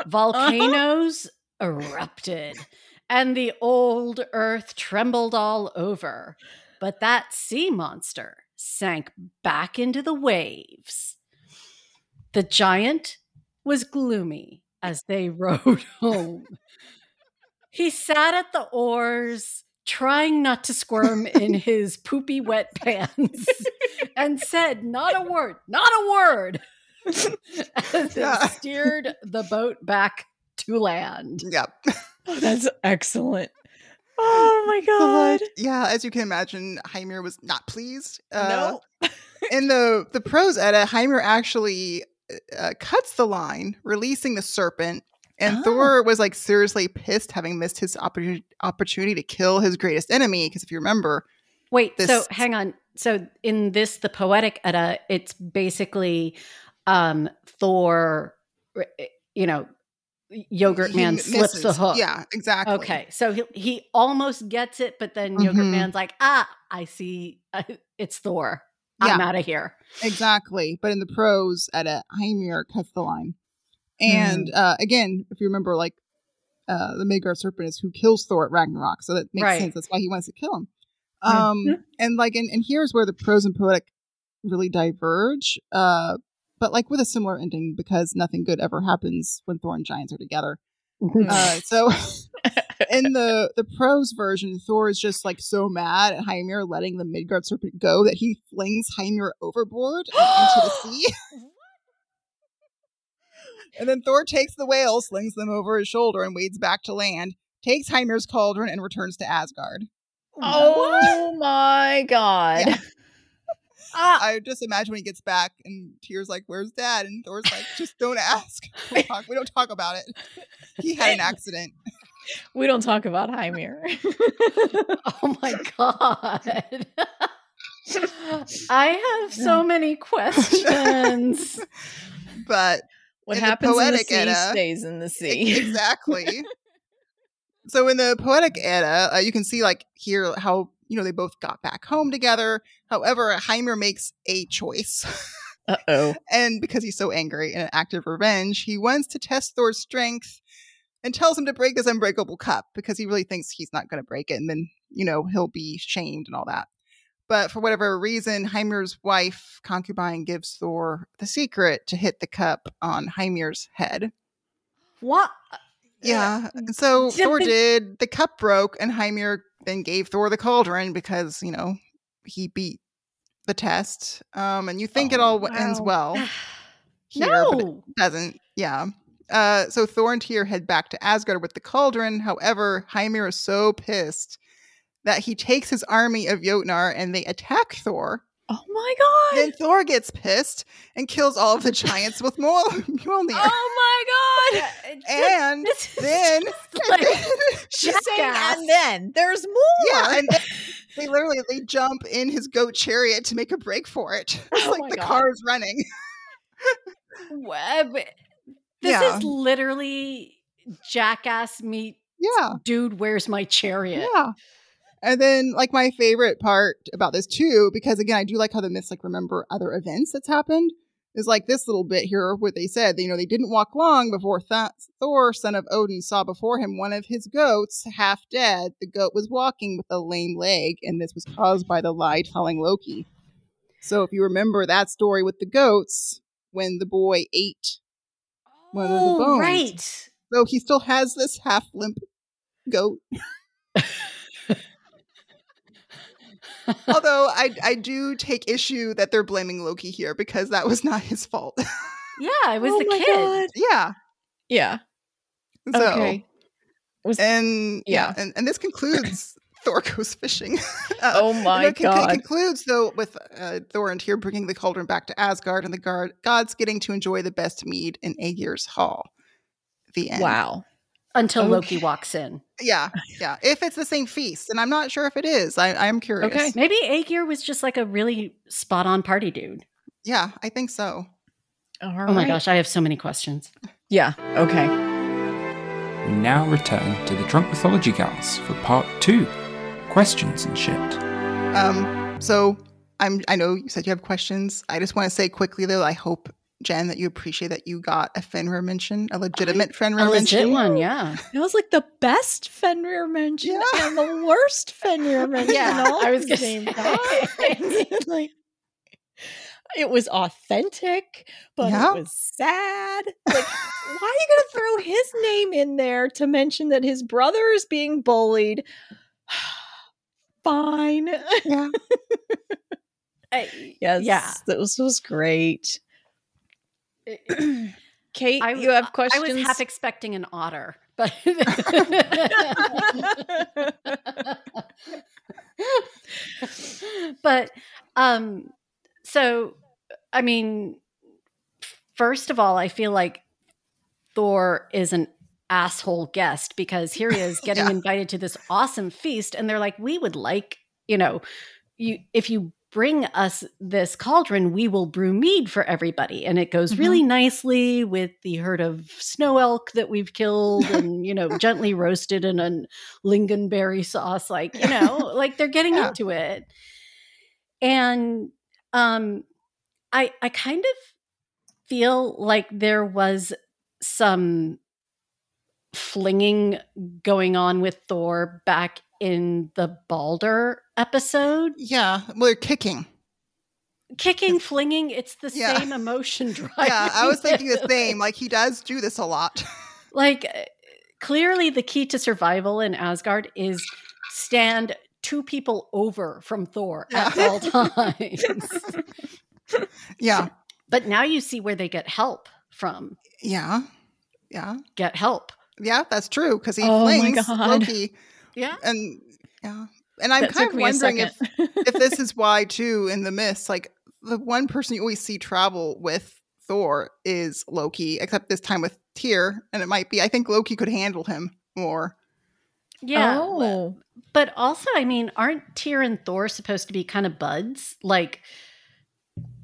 A: Volcanoes erupted. And the old earth trembled all over. But that sea monster sank back into the waves. The giant was gloomy as they (laughs) rowed home. He sat at the oars, trying not to squirm in his poopy wet (laughs) pants, and said not a word, not a word (laughs) as they
B: Yeah.
A: steered the boat back to land.
B: Yep.
C: (sighs) oh, that's excellent. Oh my god.
B: (laughs) Yeah, as you can imagine, Heimer was not pleased. uh,
C: (gasps) no. (laughs)
B: in the the prose edit, Heimer actually uh, cuts the line, releasing the serpent. And
C: Oh.
B: Thor was like seriously pissed, having missed his oppor- opportunity to kill his greatest enemy. Because if you remember,
A: Wait, so
B: This-
A: hang on. So in this, the poetic Edda, it's basically um Thor, r- eh, you know, Yogurt
B: he
A: Man
B: m-
A: slips the
B: misses.
A: hook.
B: Yeah, exactly.
A: Okay, so he, he almost gets it, but then Yogurt
B: Mhm.
A: Man's like, ah, I see, uh, it's Thor. I'm out of here.
B: Exactly. But in the prose edit, Heimir cuts the line. And uh, again, if you remember, like uh, the Midgard serpent is who kills Thor at Ragnarok. So that makes
A: Right.
B: sense. That's why he wants to kill him.
C: Yeah.
B: Um, And like, and, and here's where the prose and poetic really diverge, uh, but like with a similar ending because nothing good ever happens when Thor and giants are together.
A: Hmm.
B: Uh, so in the the prose version, Thor is just like so mad at Hymir letting the Midgard serpent go that he flings Hymir overboard and into the sea. (laughs) and then Thor takes the whale, slings them over his shoulder, and wades back to land. Takes Hymir's cauldron and returns to Asgard.
C: (gasps) Oh my god.
B: Yeah.
A: Ah,
B: I just imagine when he gets back and Tyr's like, "Where's Dad?" and Thor's like, "Just don't ask. (laughs) We don't talk, we don't talk about it. He had an accident."
C: We don't talk about (laughs) Hymir.
A: (laughs) Oh my
B: (laughs)
A: god. I have so many
B: (laughs)
A: questions.
B: But
C: what
B: In the
C: happens in the
B: poetic
C: sea
B: Edda,
C: stays in the
B: Ex-
C: sea.
B: Exactly. so in the poetic Edda, uh, you can see like here how you know they both got back home together. However, Heimer makes a choice,
C: Uh oh.
B: and because he's so angry in an act of revenge, he wants to test Thor's strength and tells him to break this unbreakable cup because he really thinks he's not going to break it, and then you know he'll be shamed and all that. But for whatever reason, Heimir's wife concubine gives Thor the secret to hit the cup on Heimir's head.
A: What?
B: Yeah. and So
A: Did
C: (laughs)
B: Thor
A: the-
B: did. The cup broke, and Hymir then gave Thor the cauldron because, you know, he beat the test. Um, and you think it
C: Oh,
B: all w ends
C: wow. (sighs)
B: well
A: (sighs)
B: here, but it
A: no.
B: doesn't. Yeah. Uh, so Thor and Tyr head back to Asgard with the cauldron. However, Hymir is so pissed that he takes his army of Jotnar and they attack Thor.
C: Oh my god.
B: Then Thor gets pissed and kills all of the giants with Mjol- Mjolnir.
C: (laughs) Oh my god. (laughs)
B: and
A: This is
B: then
A: just
B: (laughs)
A: like-
C: She's saying,
A: Jackass.
C: and then there's more. (laughs)
B: Yeah, and they, they literally they jump in his goat chariot to make a break for it. (laughs) It's
C: Oh my
B: like the
C: God.
B: car's running. (laughs)
A: web. This
B: Yeah.
A: is literally jackass meet
B: Yeah,
A: dude, where's my chariot?
B: yeah. And then like my favorite part about this too, because again I do like how the myths like remember other events that's happened. Is like this little bit here what they said. You know they didn't walk long before Th- Thor, son of Odin, saw before him one of his goats half dead. The goat was walking with a lame leg, and this was caused by the lie telling Loki. So if you remember that story with the goats, when the boy ate What are the bones?
A: Oh, right.
B: So he still has this half limp goat. Although I I do take issue that they're blaming Loki here because that was not his fault. (laughs)
A: Yeah, it was
C: Oh
A: the
C: my
A: kid.
C: God.
B: yeah.
C: Yeah.
B: So
C: Okay. Was
B: and yeah,
C: Yeah.
B: and, and this concludes (laughs) Thor goes fishing. Uh,
C: oh (laughs) my
B: it con-
C: god.
B: concludes though with uh, Thor and Tyr bringing the cauldron back to Asgard and the guard gods getting to enjoy the best mead in Aegir's hall. The end.
C: Wow.
A: Until Loki
C: Okay.
A: walks in.
B: Yeah, yeah. If it's the same feast, and I'm not sure if it is. I, I'm curious.
C: Okay.
A: Maybe Aegir was just like a really spot on party dude.
B: Yeah, I think so.
A: Oh my gosh, I have so many questions.
C: Yeah. Okay.
D: We now return to the Drunk Mythology Gals for part two questions and shit.
B: Um, so I'm I know you said you have questions. I just want to say quickly though, I hope Jen that you appreciate that you got a Fenrir mention, a legitimate Fenrir
A: A legit
B: mention.
A: one, yeah.
C: That was like the best Fenrir mention
B: Yeah.
C: and the worst Fenrir mention.
A: Yeah,
C: all
A: I
C: at
A: was
C: the
A: gonna
C: same
A: say.
C: time. (laughs) like, it was authentic, but
B: Yeah.
C: it was sad. Like, why are you going to throw his name in there to mention that his brother is being bullied? (sighs) Fine. (laughs)
B: Yeah.
A: I-
C: Yes. (clears throat)
A: Yeah.
C: That was, was great. Kate,
A: I-
C: you have questions?
A: I was half
C: (laughs)
A: expecting an otter, but (laughs) (laughs) but um so I mean first of all I feel like Thor is an asshole guest because here he is getting
B: Yeah.
A: invited to this awesome feast and they're like we would like you know you if you bring us this cauldron we will brew mead for everybody and it goes really nicely with the herd of snow elk that we've killed and you know gently roasted in a lingonberry sauce like
B: (laughs)
A: you know like they're getting
B: Yeah.
A: into it and um i i kind of feel like there was some flinging going on with thor back in the balder episode
B: Yeah. Well, you're
C: (laughs)
B: kicking. (laughs)
A: kicking flinging it's the
B: Yeah.
A: same emotion (laughs) drive
B: Yeah,
C: (laughs)
B: I was
A: (laughs)
B: thinking the same. Like he does do this a lot. (laughs)
A: like uh, clearly the key to survival in asgard is stand two people over from thor at
B: Yeah. (laughs)
A: all times
B: Yeah.
A: but now you see where they get help from
B: Yeah. Yeah.
A: get help
B: Yeah, that's true because he
C: Oh my
B: flings
C: God.
B: Loki
A: yeah
B: and yeah. And I'm
C: That
B: kind
C: took
B: of
C: me a
B: wondering if
C: second.
B: if this is why too in the myths like the one person you always see travel with thor is loki except this time with tyr and it might be i think loki could handle him more
A: yeah
C: Oh.
A: but also i mean aren't tyr and thor supposed to be kind of buds like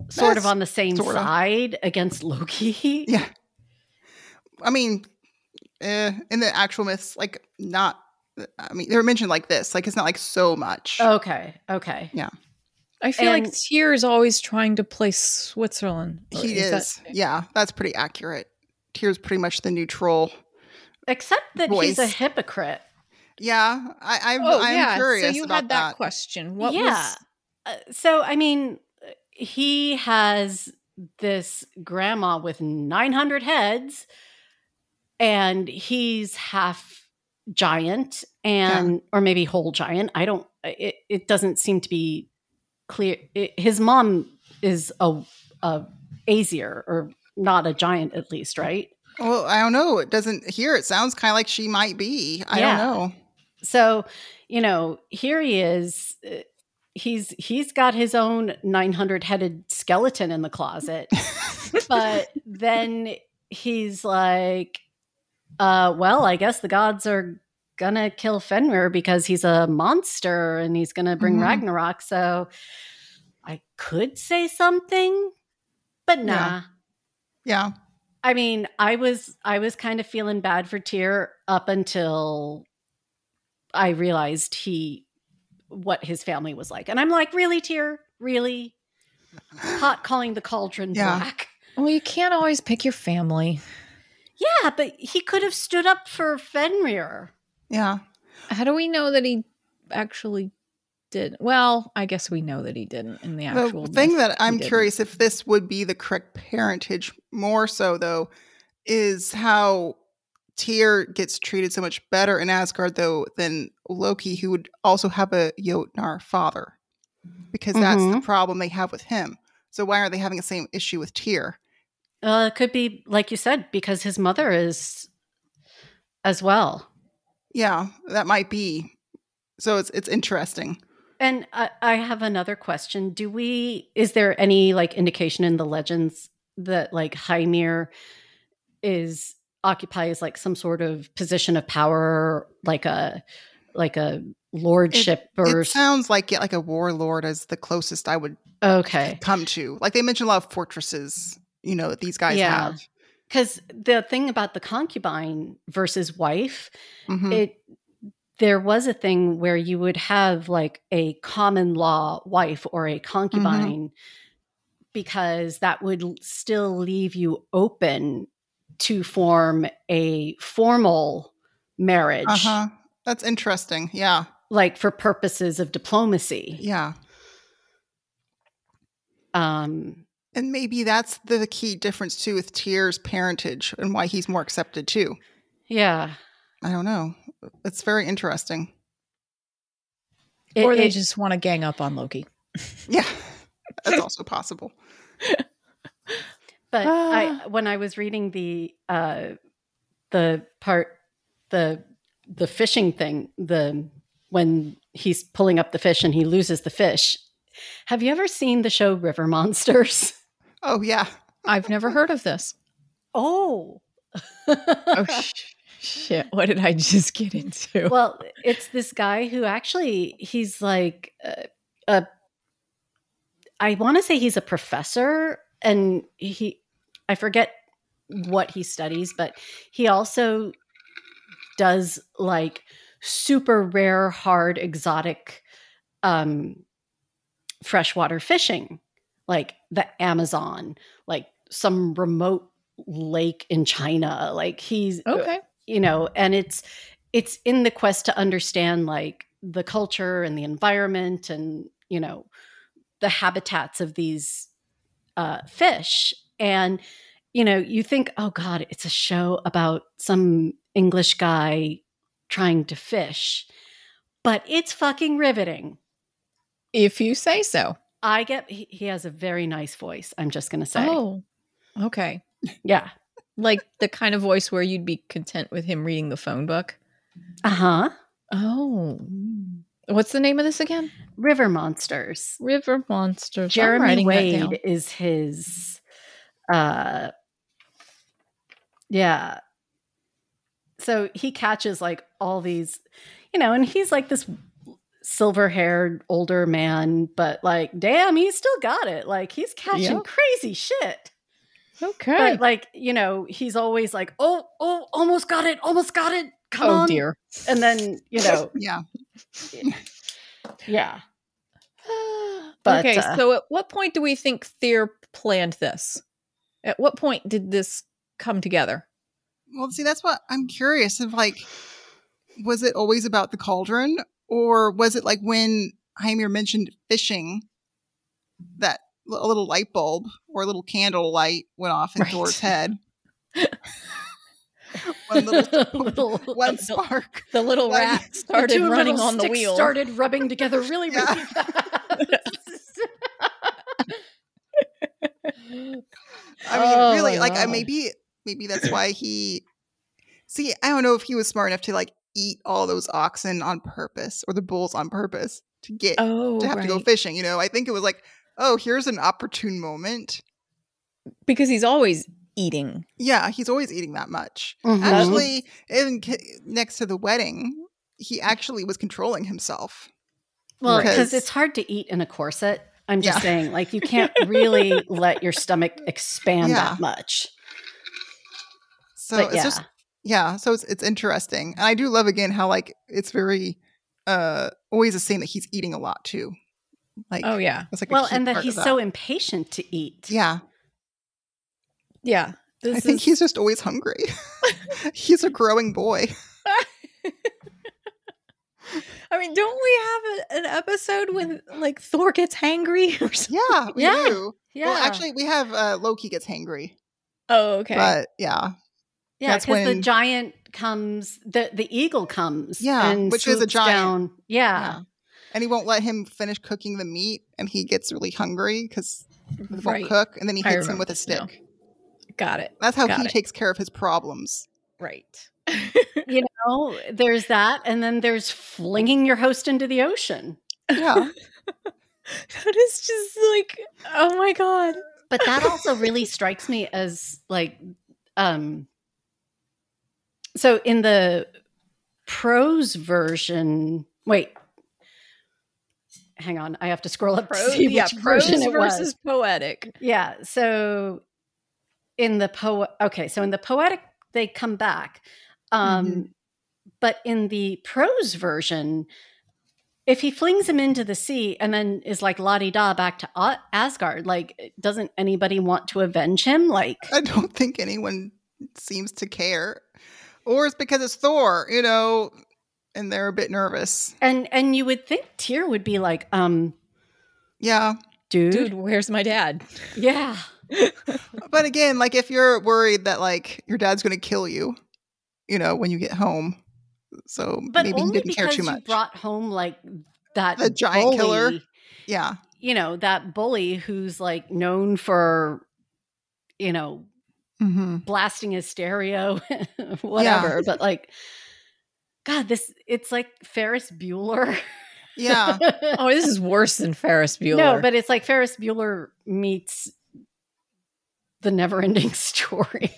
A: sort
B: That's
A: of on the same
B: sorta.
A: side against loki
B: yeah i mean eh, in the actual myths like not uh, i mean they're mentioned like this like it's not like so much
C: Oh,
A: okay okay
C: I feel like
A: And-
C: Tyr is always trying to play Switzerland. or
B: he
C: that-
B: is yeah that's pretty accurate tyr's pretty much the neutral
A: except that he's a
B: Voice.
A: hypocrite
B: yeah i i'm,
C: Oh,
B: I'm
C: yeah.
B: curious
C: so you
B: about
C: had that, question. What
A: Yeah. Uh, so I mean, he has this grandma with 900 heads and he's half giant and or maybe whole giant. I don't uh, it, it doesn't seem to be clear. It, his mom is a a Asier or not a giant at least, right?
B: well i don't know it doesn't here it sounds kind of like she might be i
A: Yeah.
B: don't know
A: So, you know, here he is. uh, He's he's got his own 900-headed skeleton in the closet.
B: (laughs)
A: but then he's like uh well, I guess the gods are going to kill Fenrir because he's a monster and he's going to bring
B: Mhm.
A: Ragnarok, so I could say something, but nah.
B: yeah
A: I mean, I was I was kind of feeling bad for Tyr up until I realized he what his family was like. And I'm like, really, Tyr? Really? Hot calling the cauldron
B: Yeah.
A: black.
C: Well, you can't always pick your family.
A: Yeah, but he could have stood up for Fenrir.
B: Yeah.
C: How do we know that he actually did? Well, I guess we know that he didn't in the actual
B: the thing
C: myth.
B: that I'm
C: didn't.
B: curious if this would be the correct parentage more so though is how Tyr gets treated so much better in Asgard though than Loki who would also have a Jotnar father because that's
C: Mm-hmm.
B: the problem they have with him. So why are they having the same issue with Tyr?
A: Uh, it could be, like you said, because his mother is as well.
B: Yeah, that might be. So it's it's interesting.
A: And I, I have another question. Do we, is there any like indication in the legends that like Hymir is occupies like some sort of position of power, like a, like a lordship or
B: It sounds like yeah, like a warlord is the closest I would
A: okay.
B: come to. Like they mentioned a lot of fortresses, you know, that these guys
A: Yeah.
B: have.
A: Cause the thing about the concubine versus wife,
B: Mhm.
A: it, there was a thing where you would have like a common law wife or a concubine because that would l- still leave you open to form a formal marriage
B: Uh huh. That's interesting. Yeah.
A: like for purposes of diplomacy
B: Yeah.
A: um
B: And maybe that's the key difference too with Tyr's parentage and why he's more accepted too.
A: yeah
B: I don't know. It's very interesting.
A: It-
C: or they
A: it-
C: just want to gang up on Loki.
B: Yeah. (laughs) That's also possible.
A: But
C: Ah.
A: I, when I was reading the uh, the part, the the fishing thing, the when he's pulling up the fish and he loses the fish. Have you ever seen the show River Monsters? (laughs)
B: Oh yeah.
C: I've never heard of this.
A: (laughs) Oh.
C: Oh sh- shit! What did I just get into?
A: well, it's this guy who actually he's like uh, a I want to say he's a professor and he I forget what he studies, but he also does like super rare, hard, exotic um freshwater fishing, like the Amazon, like some remote lake in China. Like he's
C: (laughs)
A: uh,
C: okay.
A: you know and it's it's in the quest to understand like the culture and the environment and you know the habitats of these uh, fish and you know you think oh god it's a show about some english guy trying to fish but it's fucking riveting
C: If you say so.
A: i get he, he has a very nice voice i'm just gonna say
C: Oh, okay.
A: yeah
C: Like the kind of voice where you'd be content with him reading the phone book.
A: uh-huh
C: Oh, what's the name of this again?
A: river monsters
C: River Monsters. I'm
A: Jeremy
C: writing that down. Mm-hmm.
A: Wade is his uh yeah. So he catches like all these, you know, and he's like this silver-haired older man, but like damn, he's still got it. Like he's catching
C: Yeah.
A: crazy shit.
C: Okay. Oh,
A: But like, you know, he's always like, "Oh, oh, almost got it. Almost got it. Come
C: oh
A: on."
C: (sighs) dear.
A: And then, you
C: (laughs)
A: know,
B: (laughs)
A: (laughs)
B: Yeah.
A: yeah. But,
C: But, okay.
A: uh,
C: so, at what point do we think Thier planned this? At what point did this come (laughs) together?
B: Well, see, that's what I'm curious of like was it always about the cauldron? Or was it like when Hymir mentioned fishing that a little light bulb or a little candle light went off in
C: Right.
B: Thor's
C: (laughs)
B: head? one little
A: Little-
B: one spark.
C: The little
B: Well,
C: rat
A: The
C: started
A: two
C: running
A: little
C: on the
A: sticks
C: wheel.
A: Started rubbing together
C: (laughs)
A: really, really
B: Yeah.
A: fast. (laughs)
B: I mean,
C: Oh,
B: really,
C: my
B: like I
C: God.
B: maybe maybe that's why he. See, I don't know if he was smart enough to like eat all those oxen on purpose or the bulls on purpose to get
C: Oh,
B: to have to go
C: right.
B: fishing. You know, I think it was like, oh, here's an opportune moment.
C: because he's always eating.
B: Yeah, he's always eating that much.
A: Mhm.
B: Actually, in c- next to the wedding, he actually was controlling himself.
A: well, because
B: Because-
A: it's hard to eat in a corset. I'm just
B: Yeah.
A: saying, like, you
B: (laughs)
A: can't really let your stomach expand
B: Yeah.
A: that much.
B: So
A: But
B: it's
A: yeah.
B: just yeah. So it's it's interesting, and I do love again how like it's very uh always a scene that he's eating a lot too. Like
C: Oh yeah,
B: That's like a
A: well,
B: key
A: and that
B: part
A: he's
B: of
A: so impatient to eat.
B: yeah.
C: yeah.
B: I
C: This
B: think
C: is-
B: he's just always hungry. (laughs) he's a growing boy.
A: (laughs)
C: I mean, don't we have a, an episode when like Thor gets hangry (laughs) or something?
B: Yeah, we
A: Yeah,
B: do.
A: Yeah.
B: Well, actually, we have uh, Loki gets hangry,
C: Oh, okay.
B: but yeah,
A: yeah,
B: that's
A: because the
B: when-
A: giant comes, the, the eagle comes.
B: Yeah,
A: and
B: which is a
A: swoops
B: giant.
A: Down. Yeah.
B: yeah, Um, and he won't let him finish cooking the meat, and he gets really hungry because he won't
C: Right.
B: cook, and then he
C: I
B: hits him
C: remember
B: with a
C: this now.
B: stick.
C: Got it.
B: That's how
C: Got
B: he
C: it.
B: takes care of his problems.
C: Right. (laughs)
A: You know, there's that. And then there's flinging your host into the ocean.
B: Yeah,
C: that is just like, oh my (laughs) god.
A: but that also really strikes me as like um so in the prose version wait hang on i have to scroll up to
C: Prose,
A: see which
C: yeah, prose
A: version it was
C: versus poetic.
A: yeah so
B: Mm-hmm.
A: in the po okay so in the poetic they come back um But in the prose version, if he flings him into the sea and then is like la di da back to A- Asgard, like doesn't anybody want to avenge him? Like,
B: I don't think anyone seems to care. Or it's because it's Thor, you know, and they're a bit nervous.
A: and and you would think Tyr would be like, um,
B: Yeah.
A: dude,
C: Dude, where's my dad?
A: yeah,
B: But again, like if you're worried that like your dad's going to kill you, you know, when you get home. So
A: but
B: maybe he
A: only
B: didn't care
A: because
B: too
A: you
B: much.
A: brought home like that
B: The giant
A: bully,
B: killer? yeah.
A: you know, that bully who's like known for, you know,
B: Mm-hmm.
A: blasting his stereo, (laughs) whatever. But like, God, this it's like Ferris Bueller. (laughs)
B: Yeah.
C: Oh, this is worse than Ferris Bueller.
A: No, but it's like Ferris Bueller meets the never ending (laughs) story.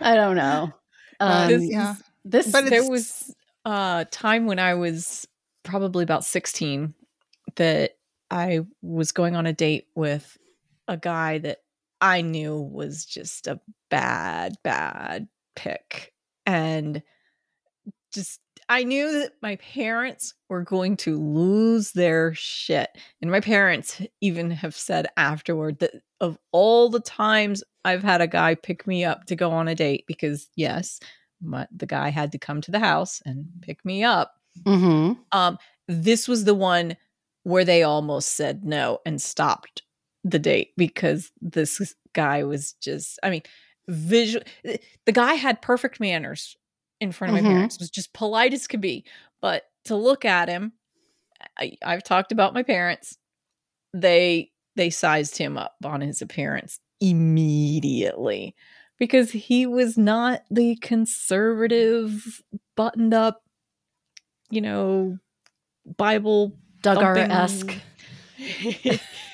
A: I don't know. Um,
C: This-
A: this,
B: yeah. but
A: but
B: it's-
C: there was a time when I was probably about 16 that I was going on a date with a guy that I knew was just a bad, bad pick. And just, I knew that my parents were going to lose their shit. And my parents even have said afterward that of all the times I've had a guy pick me up to go on a date, because yes, my, the guy had to come to the house and pick me up.
A: Mhm.
C: Um, this was the one where they almost said no and stopped the date because this guy was just, I mean, visual. eh, The guy had perfect manners in front of
A: Mhm.
C: my parents, was just polite as could be. But to look at him, I, I've talked about my parents. They they sized him up on his appearance immediately because he was not the conservative, buttoned up, you know, Bible
A: Duggar esque.
C: thumping- (laughs)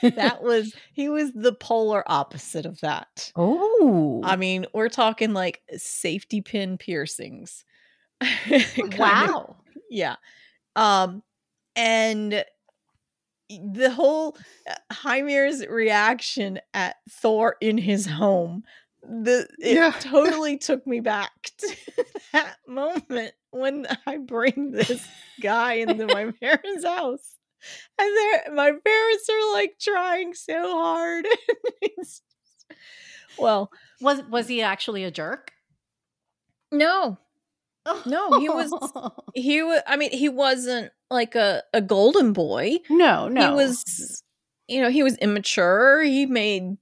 C: that was he was the polar opposite of that.
A: (laughs) Oh,
C: (laughs) I mean, we're talking like safety pin piercings. (laughs) Kind of-
A: wow.
C: yeah. Um and the whole uh, Hymir's reaction at Thor in his home the it
B: Yeah.
C: totally took me back to (laughs) that moment when I bring this guy into my parents' house. And they're my parents are like trying so hard. (laughs) It's- well,
A: Was was he actually a jerk?
C: no, No,
A: (laughs)
C: he was- he was i mean he wasn't like a, a golden boy
A: no, no.
C: he was you know he was immature he made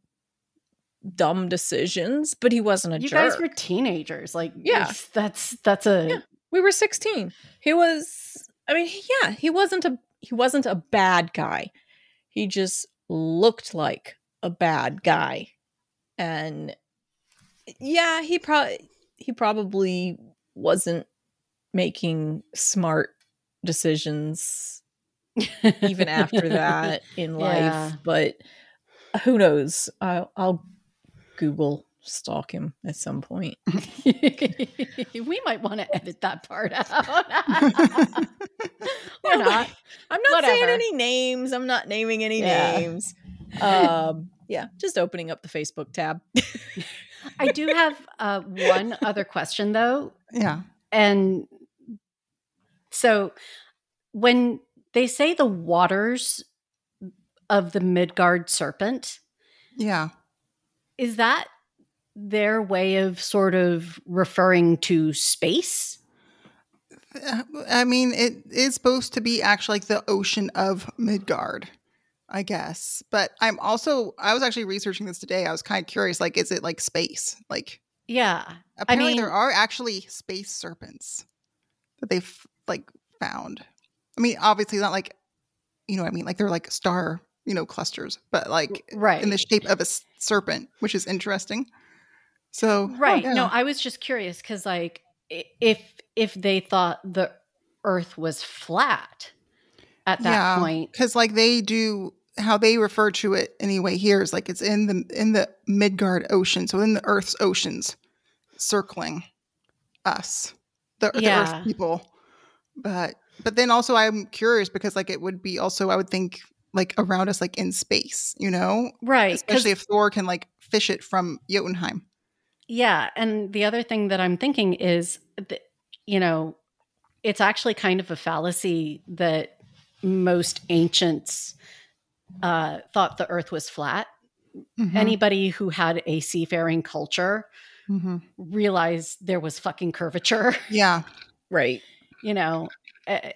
C: dumb decisions but he wasn't a
A: You
C: jerk
A: guys were teenagers, like
C: Yeah.
A: yes, that's that's a
C: Yeah. we were 16 he was i mean yeah he wasn't a he wasn't a bad guy he just looked like a bad guy and yeah he probably he probably wasn't making smart decisions
A: (laughs)
C: even after that in life.
A: Yeah.
C: But who knows? I'll, I'll Google stalk him at some point.
A: (laughs) we might want to edit that part (laughs) out. or not.
C: I'm not saying
A: Whatever.
C: any names. I'm not naming any
A: Yeah.
C: names.
A: Uh,
C: Um, yeah, just opening up the Facebook tab. (laughs)
A: I do have uh, one other question though,
B: yeah.
A: and so when they say the waters of the Midgard serpent,
B: Yeah.
A: is that their way of sort of referring to space?
B: I mean, it is supposed to be actually like the ocean of Midgard, I guess. But I'm also, I was actually researching this today. I was kind of curious, like, is it like space? Like,
A: Yeah.
B: apparently
A: mean-
B: there are actually space serpents that they've like found. I mean, obviously not like, you know what I mean? Like they're like star, you know, clusters, but like
A: Right.
B: in the shape of a s- serpent, which is interesting. So,
A: right
B: yeah.
A: no i was just curious because like i- if if they thought the earth was flat at that
B: Yeah.
A: point
B: because like they do how they refer to it anyway here is like it's in the in the midgard ocean so in the earth's oceans circling us the, the
A: Yeah.
B: earth people but but then also i'm curious because like it would be also i would think like around us like in space you know
A: right 'cause-
B: especially if thor can like fish it from jotunheim
A: yeah and the other thing that i'm thinking is th- you know, it's actually kind of a fallacy that most ancients uh, thought the earth was flat.
B: Mhm.
A: Anybody who had a seafaring culture
B: Mhm.
A: realized there was fucking curvature,
B: Yeah.
C: Right.
A: you know. eh,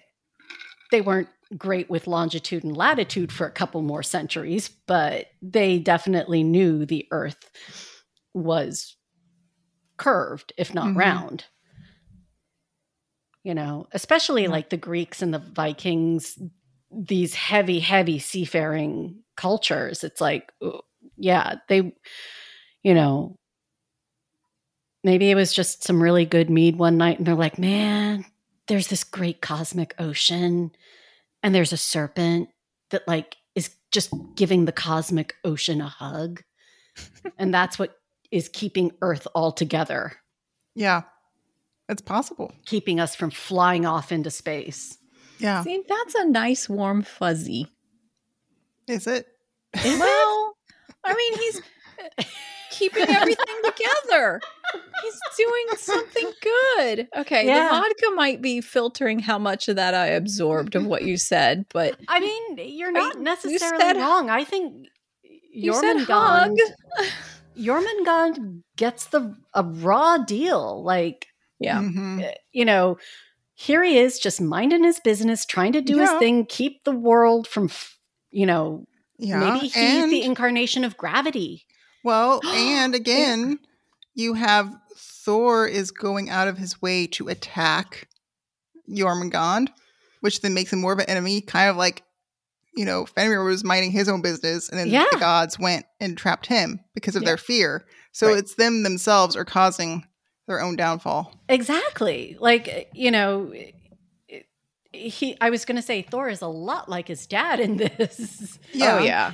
A: They weren't great with longitude and latitude for a couple more centuries, but they definitely knew the earth was curved, if not
B: Mhm.
A: round. You know, especially
B: Yeah.
A: like the Greeks and the Vikings, these heavy, heavy seafaring cultures. It's like, uh, yeah, they, you know, maybe it was just some really good mead one night and they're like, man, there's this great cosmic ocean and there's a serpent that like is just giving the cosmic ocean a
C: (laughs)
A: hug. and that's what is keeping Earth all together,
B: Yeah. It's possible.
A: keeping us from flying off into space.
B: Yeah.
C: See, that's a nice warm fuzzy.
B: Is it?
C: well, I mean, he's keeping everything together. He's doing something good. Okay,
A: Yeah.
C: the vodka might be filtering how much of that I absorbed of what you said, but
A: I mean, you're
C: Wait,
A: not
C: you
A: necessarily
C: said-
A: wrong. I think
C: you said hug.
A: Jormungand, Jormungand gets the a raw deal. Like,
C: Yeah.
B: Mhm.
A: eh, you know, here he is just minding his business, trying to do
B: Yeah.
A: his thing, keep the world from, f- you know,
B: Yeah.
A: maybe he's
B: and,
A: the incarnation of gravity.
B: well, and again, you have Thor is going out of his way to attack Jormungand, which then makes him more of an enemy, kind of like, you know, Fenrir was minding his own business and then
A: Yeah.
B: the gods went and trapped him because of
C: Yeah.
B: their fear. So
C: Right.
B: it's them themselves are causing their own downfall.
A: Exactly. Like, eh, you know, eh, he I was going to say Thor is a lot like his dad in (laughs) this.
C: Oh yeah.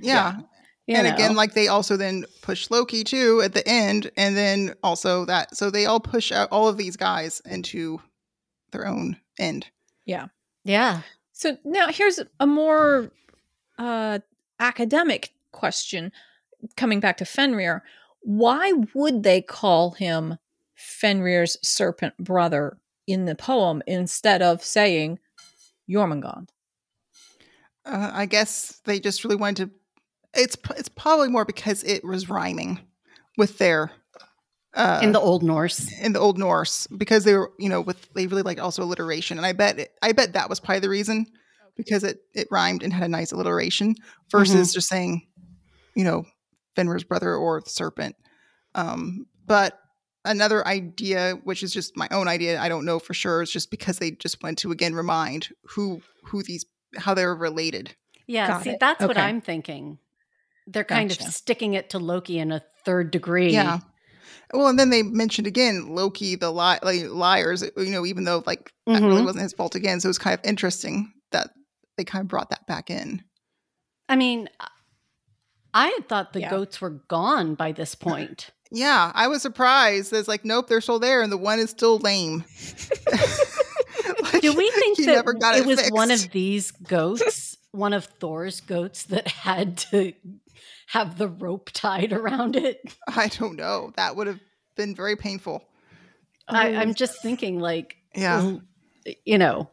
B: Yeah.
A: you
B: and
A: know.
B: again, like they also then push Loki too at the end, and then also that. So they all push out all of these guys into their own end.
A: yeah.
C: So now here's a more uh, academic question coming back to Fenrir. Why would they call him Fenrir's serpent brother in the poem instead of saying Jormungand?
B: Uh, I guess they just really wanted to. It's p- it's probably more because it was rhyming with their uh,
A: In the Old Norse.
B: in the Old Norse because they were you know with they really liked also alliteration, and I bet it, I bet that was probably the reason because it it rhymed and had a nice alliteration versus
A: Mm-hmm.
B: just saying you know Fenrir's brother or the serpent. Um, but another idea, which is just my own idea, I don't know for sure, is just because they just want to again remind who who these how they're related.
A: Yeah,
C: Got
A: see
C: it.
A: that's what
C: Okay.
A: I'm thinking. They're kind
C: Gotcha.
A: of sticking it to Loki in a third degree.
B: Yeah. Well, and then they mentioned again Loki, the li- like, liars. You know, even though like that really
C: Mm-hmm.
A: Mhm.
B: wasn't his fault again, so it was kind of interesting that they kind of brought that back in.
A: I mean, I had thought the
C: Yeah.
A: goats were gone by this point.
B: Yeah, I was surprised. It's like, nope, they're still there, and the one is still
C: (laughs)
B: lame. Like,
A: Do we think
B: he
A: that
B: never got
A: it,
B: it,
A: was one
B: fixed.
A: of these goats, one of Thor's goats that had to have the rope tied around it?
B: (laughs) I don't know. That would have been very painful.
A: I,
C: Oh.
A: I'm just thinking, like,
B: Yeah,
A: l- you know,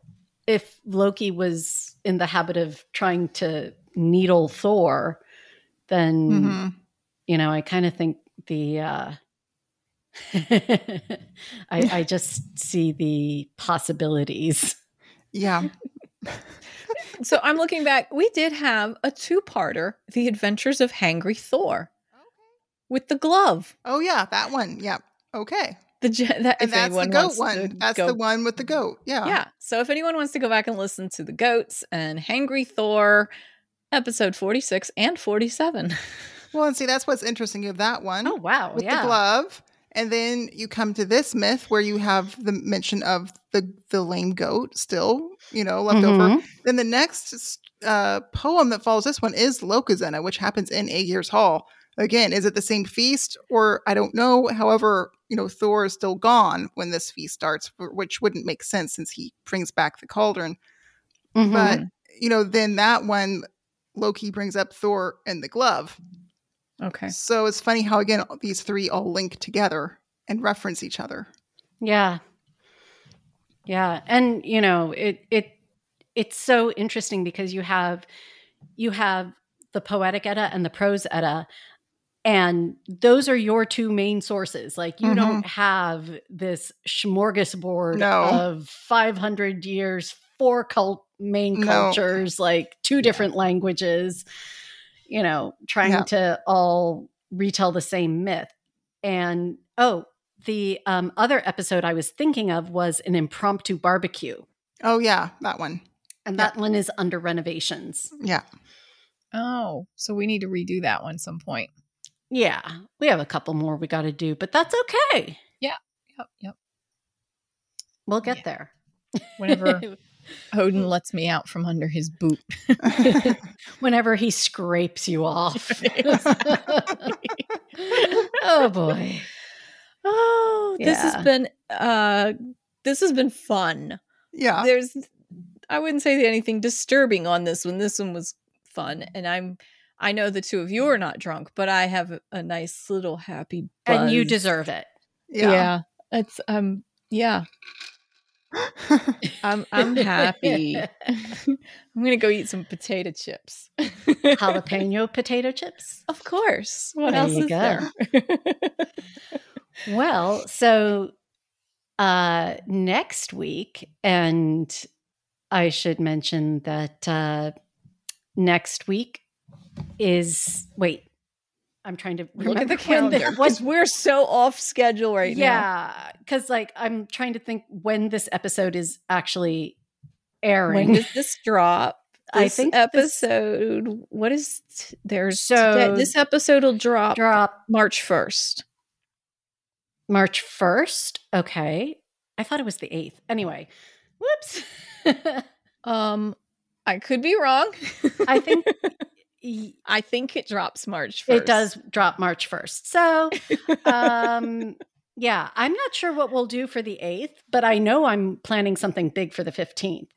A: if Loki was in the habit of trying to needle Thor,
C: Oh.
A: then
B: hmm
A: you know, I kind of think the uh, (laughs) I, I just see the possibilities.
B: yeah,
C: So I'm looking back. We did have a two-parter, The Adventures of Hangry Thor, with the glove.
B: oh yeah, that one. Yeah, okay,
C: The ge- that,
B: and that's
C: if
B: the
C: anyone
B: goat
C: wants to
B: one. That's
C: go
B: the one with the goat. Yeah,
C: Yeah. So if anyone wants to go back and listen to the goats and Hangry Thor, episode 46 and (laughs) 47.
B: Well, and see, that's what's interesting of that one.
A: Oh wow!
B: with
A: yeah,
B: the glove. And then you come to this myth where you have the mention of the the lame goat still, you know, left over.
A: Mhm.
B: Then the next uh, poem that follows this one is Lokazena, which happens in Aegir's Hall. Again, is it the same feast or I don't know. However, you know, Thor is still gone when this feast starts, which wouldn't make sense since he brings back the cauldron
A: Mhm.
B: but you know then that one loki brings up thor and the glove
C: Okay.
B: so it's funny how again these three all link together and reference each other
A: yeah, Yeah, and you know it it it's so interesting because you have you have the poetic Edda and the prose Edda, and those are your two main sources. Like you don't have this smorgasbord
B: No.
A: of five hundred years, four cult main
B: No.
A: cultures, like two different languages. You know, trying
B: Yeah.
A: to all retell the same myth. And oh, the um, other episode I was thinking of was an impromptu barbecue,
B: Oh yeah, that one.
A: and
B: Yeah.
A: that one is under renovations. (laughs)
B: Yeah. (laughs)
C: Oh, so we need to redo that one some point.
A: Yeah, we have a couple more we got to do, but that's okay.
C: Yep, yep.
A: We'll get
C: Yeah.
A: there.
C: (laughs) (laughs) Whenever Odin lets me out from under his boot.
A: (laughs) Whenever he scrapes you (laughs) off.
C: Exactly.
A: oh boy.
C: (laughs) Oh, this
A: Yeah.
C: has been uh this has been fun.
B: yeah.
C: There's I wouldn't say anything disturbing on this one. This one was fun and I'm I know the two of you are not drunk, but I have a nice little happy buzz.
A: And you deserve it.
C: Yeah.
B: Yeah.
C: It's um yeah. I'm I'm happy. (laughs) I'm going to go eat some potato chips.
A: Jalapeno potato chips.
C: (laughs) Of course. What
A: There
C: else
A: you
C: is
A: go.
C: there? (laughs)
A: Well, so uh next week and I should mention that uh next week is wait. I'm trying to
C: Look
A: remember
C: at the
A: when the-
C: calendar
A: what-
C: because we're so off schedule (laughs) right now.
A: yeah, cuz like I'm trying to think when this episode is actually airing.
C: When does this (laughs) drop?
A: I
C: This
A: think this
C: episode. what is t- there's
A: So-
C: today- this episode will drop
A: drop
C: March first.
A: March 1st. Okay. I thought it was the 8th. Anyway, whoops. (laughs)
C: Um, I could be wrong.
A: I think y-
C: (laughs) I think it Uh, drops March first.
A: it does drop March 1st. So,
C: (laughs)
A: um yeah i'm not sure what we'll do for the 8th but i know i'm planning something big for the 15th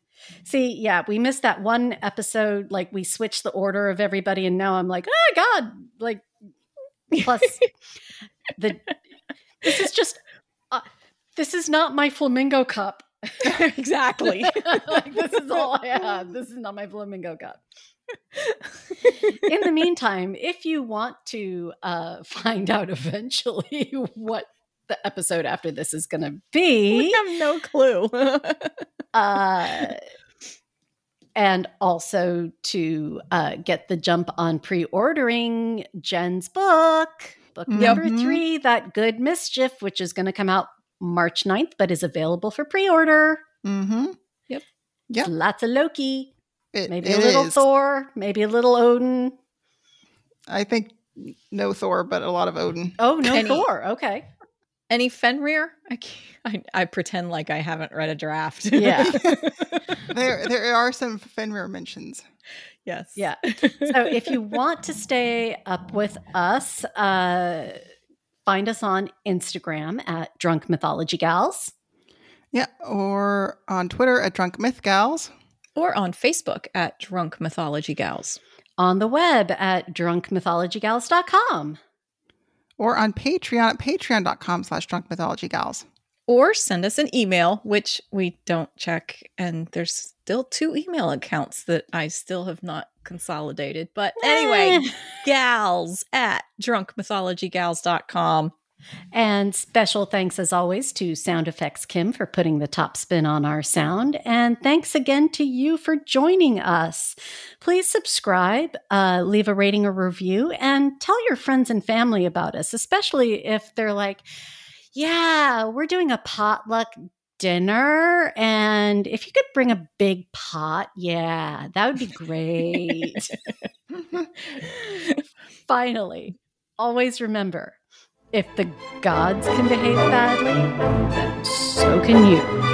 A: see yeah we missed that one episode like we switched the order of everybody and now i'm like oh god like plus the this is just uh, this is not my flamingo cup
C: (laughs) exactly.
A: (laughs) like, this is all (laughs) I have. This is not my flamingo cup. (laughs) In the meantime, if you want to uh, (laughs) find out eventually (laughs) what the episode after this is going to
C: we
A: be,
C: have no clue. (laughs)
A: uh, and also to uh, get the jump on pre ordering Jen's book, book
B: Yep.
A: number
B: Mhm.
A: three, That Good Mischief, which is going to come out March 9th, but is available for pre order.
B: (laughs) mm-hmm. Yep.
A: Lots of Loki.
B: It,
A: Maybe
B: it
A: a little
B: is.
A: Thor, maybe a little Odin.
B: I think no Thor, but a lot of Odin.
A: Oh no,
C: Penny.
A: Thor. Okay,
C: Any Fenrir? I, can't, I I pretend like I haven't read a draft.
A: Yeah.
B: There there are some Fenrir mentions.
C: (laughs) yes.
A: yeah. (laughs) So if you want to stay up with us, uh, find us on Instagram at Drunk Mythology Gals.
B: Yeah. Or on Twitter at Drunk Myth Gals.
C: (laughs) or on Facebook at Drunk Mythology Gals.
A: On the web at drunkmythologygals.com.
B: Or on Patreon at patreon.com slash drunk mythology gals.
C: or send us an email, which we don't check. And there's still two email accounts that I still have not consolidated. But anyway,
A: (laughs) Eh.
C: gals at drunkmythologygals.com.
A: And special thanks as always to Sound Effects Kim for putting the top spin on our sound. And thanks again to you for joining us. Please subscribe, uh, leave a rating or review, and tell your friends and family about us, especially if they're like, yeah, we're doing a potluck dinner. And if you could bring a big pot, yeah, that would be
C: (laughs)
A: great. (laughs) Finally, always remember if the gods can behave badly, then so can you.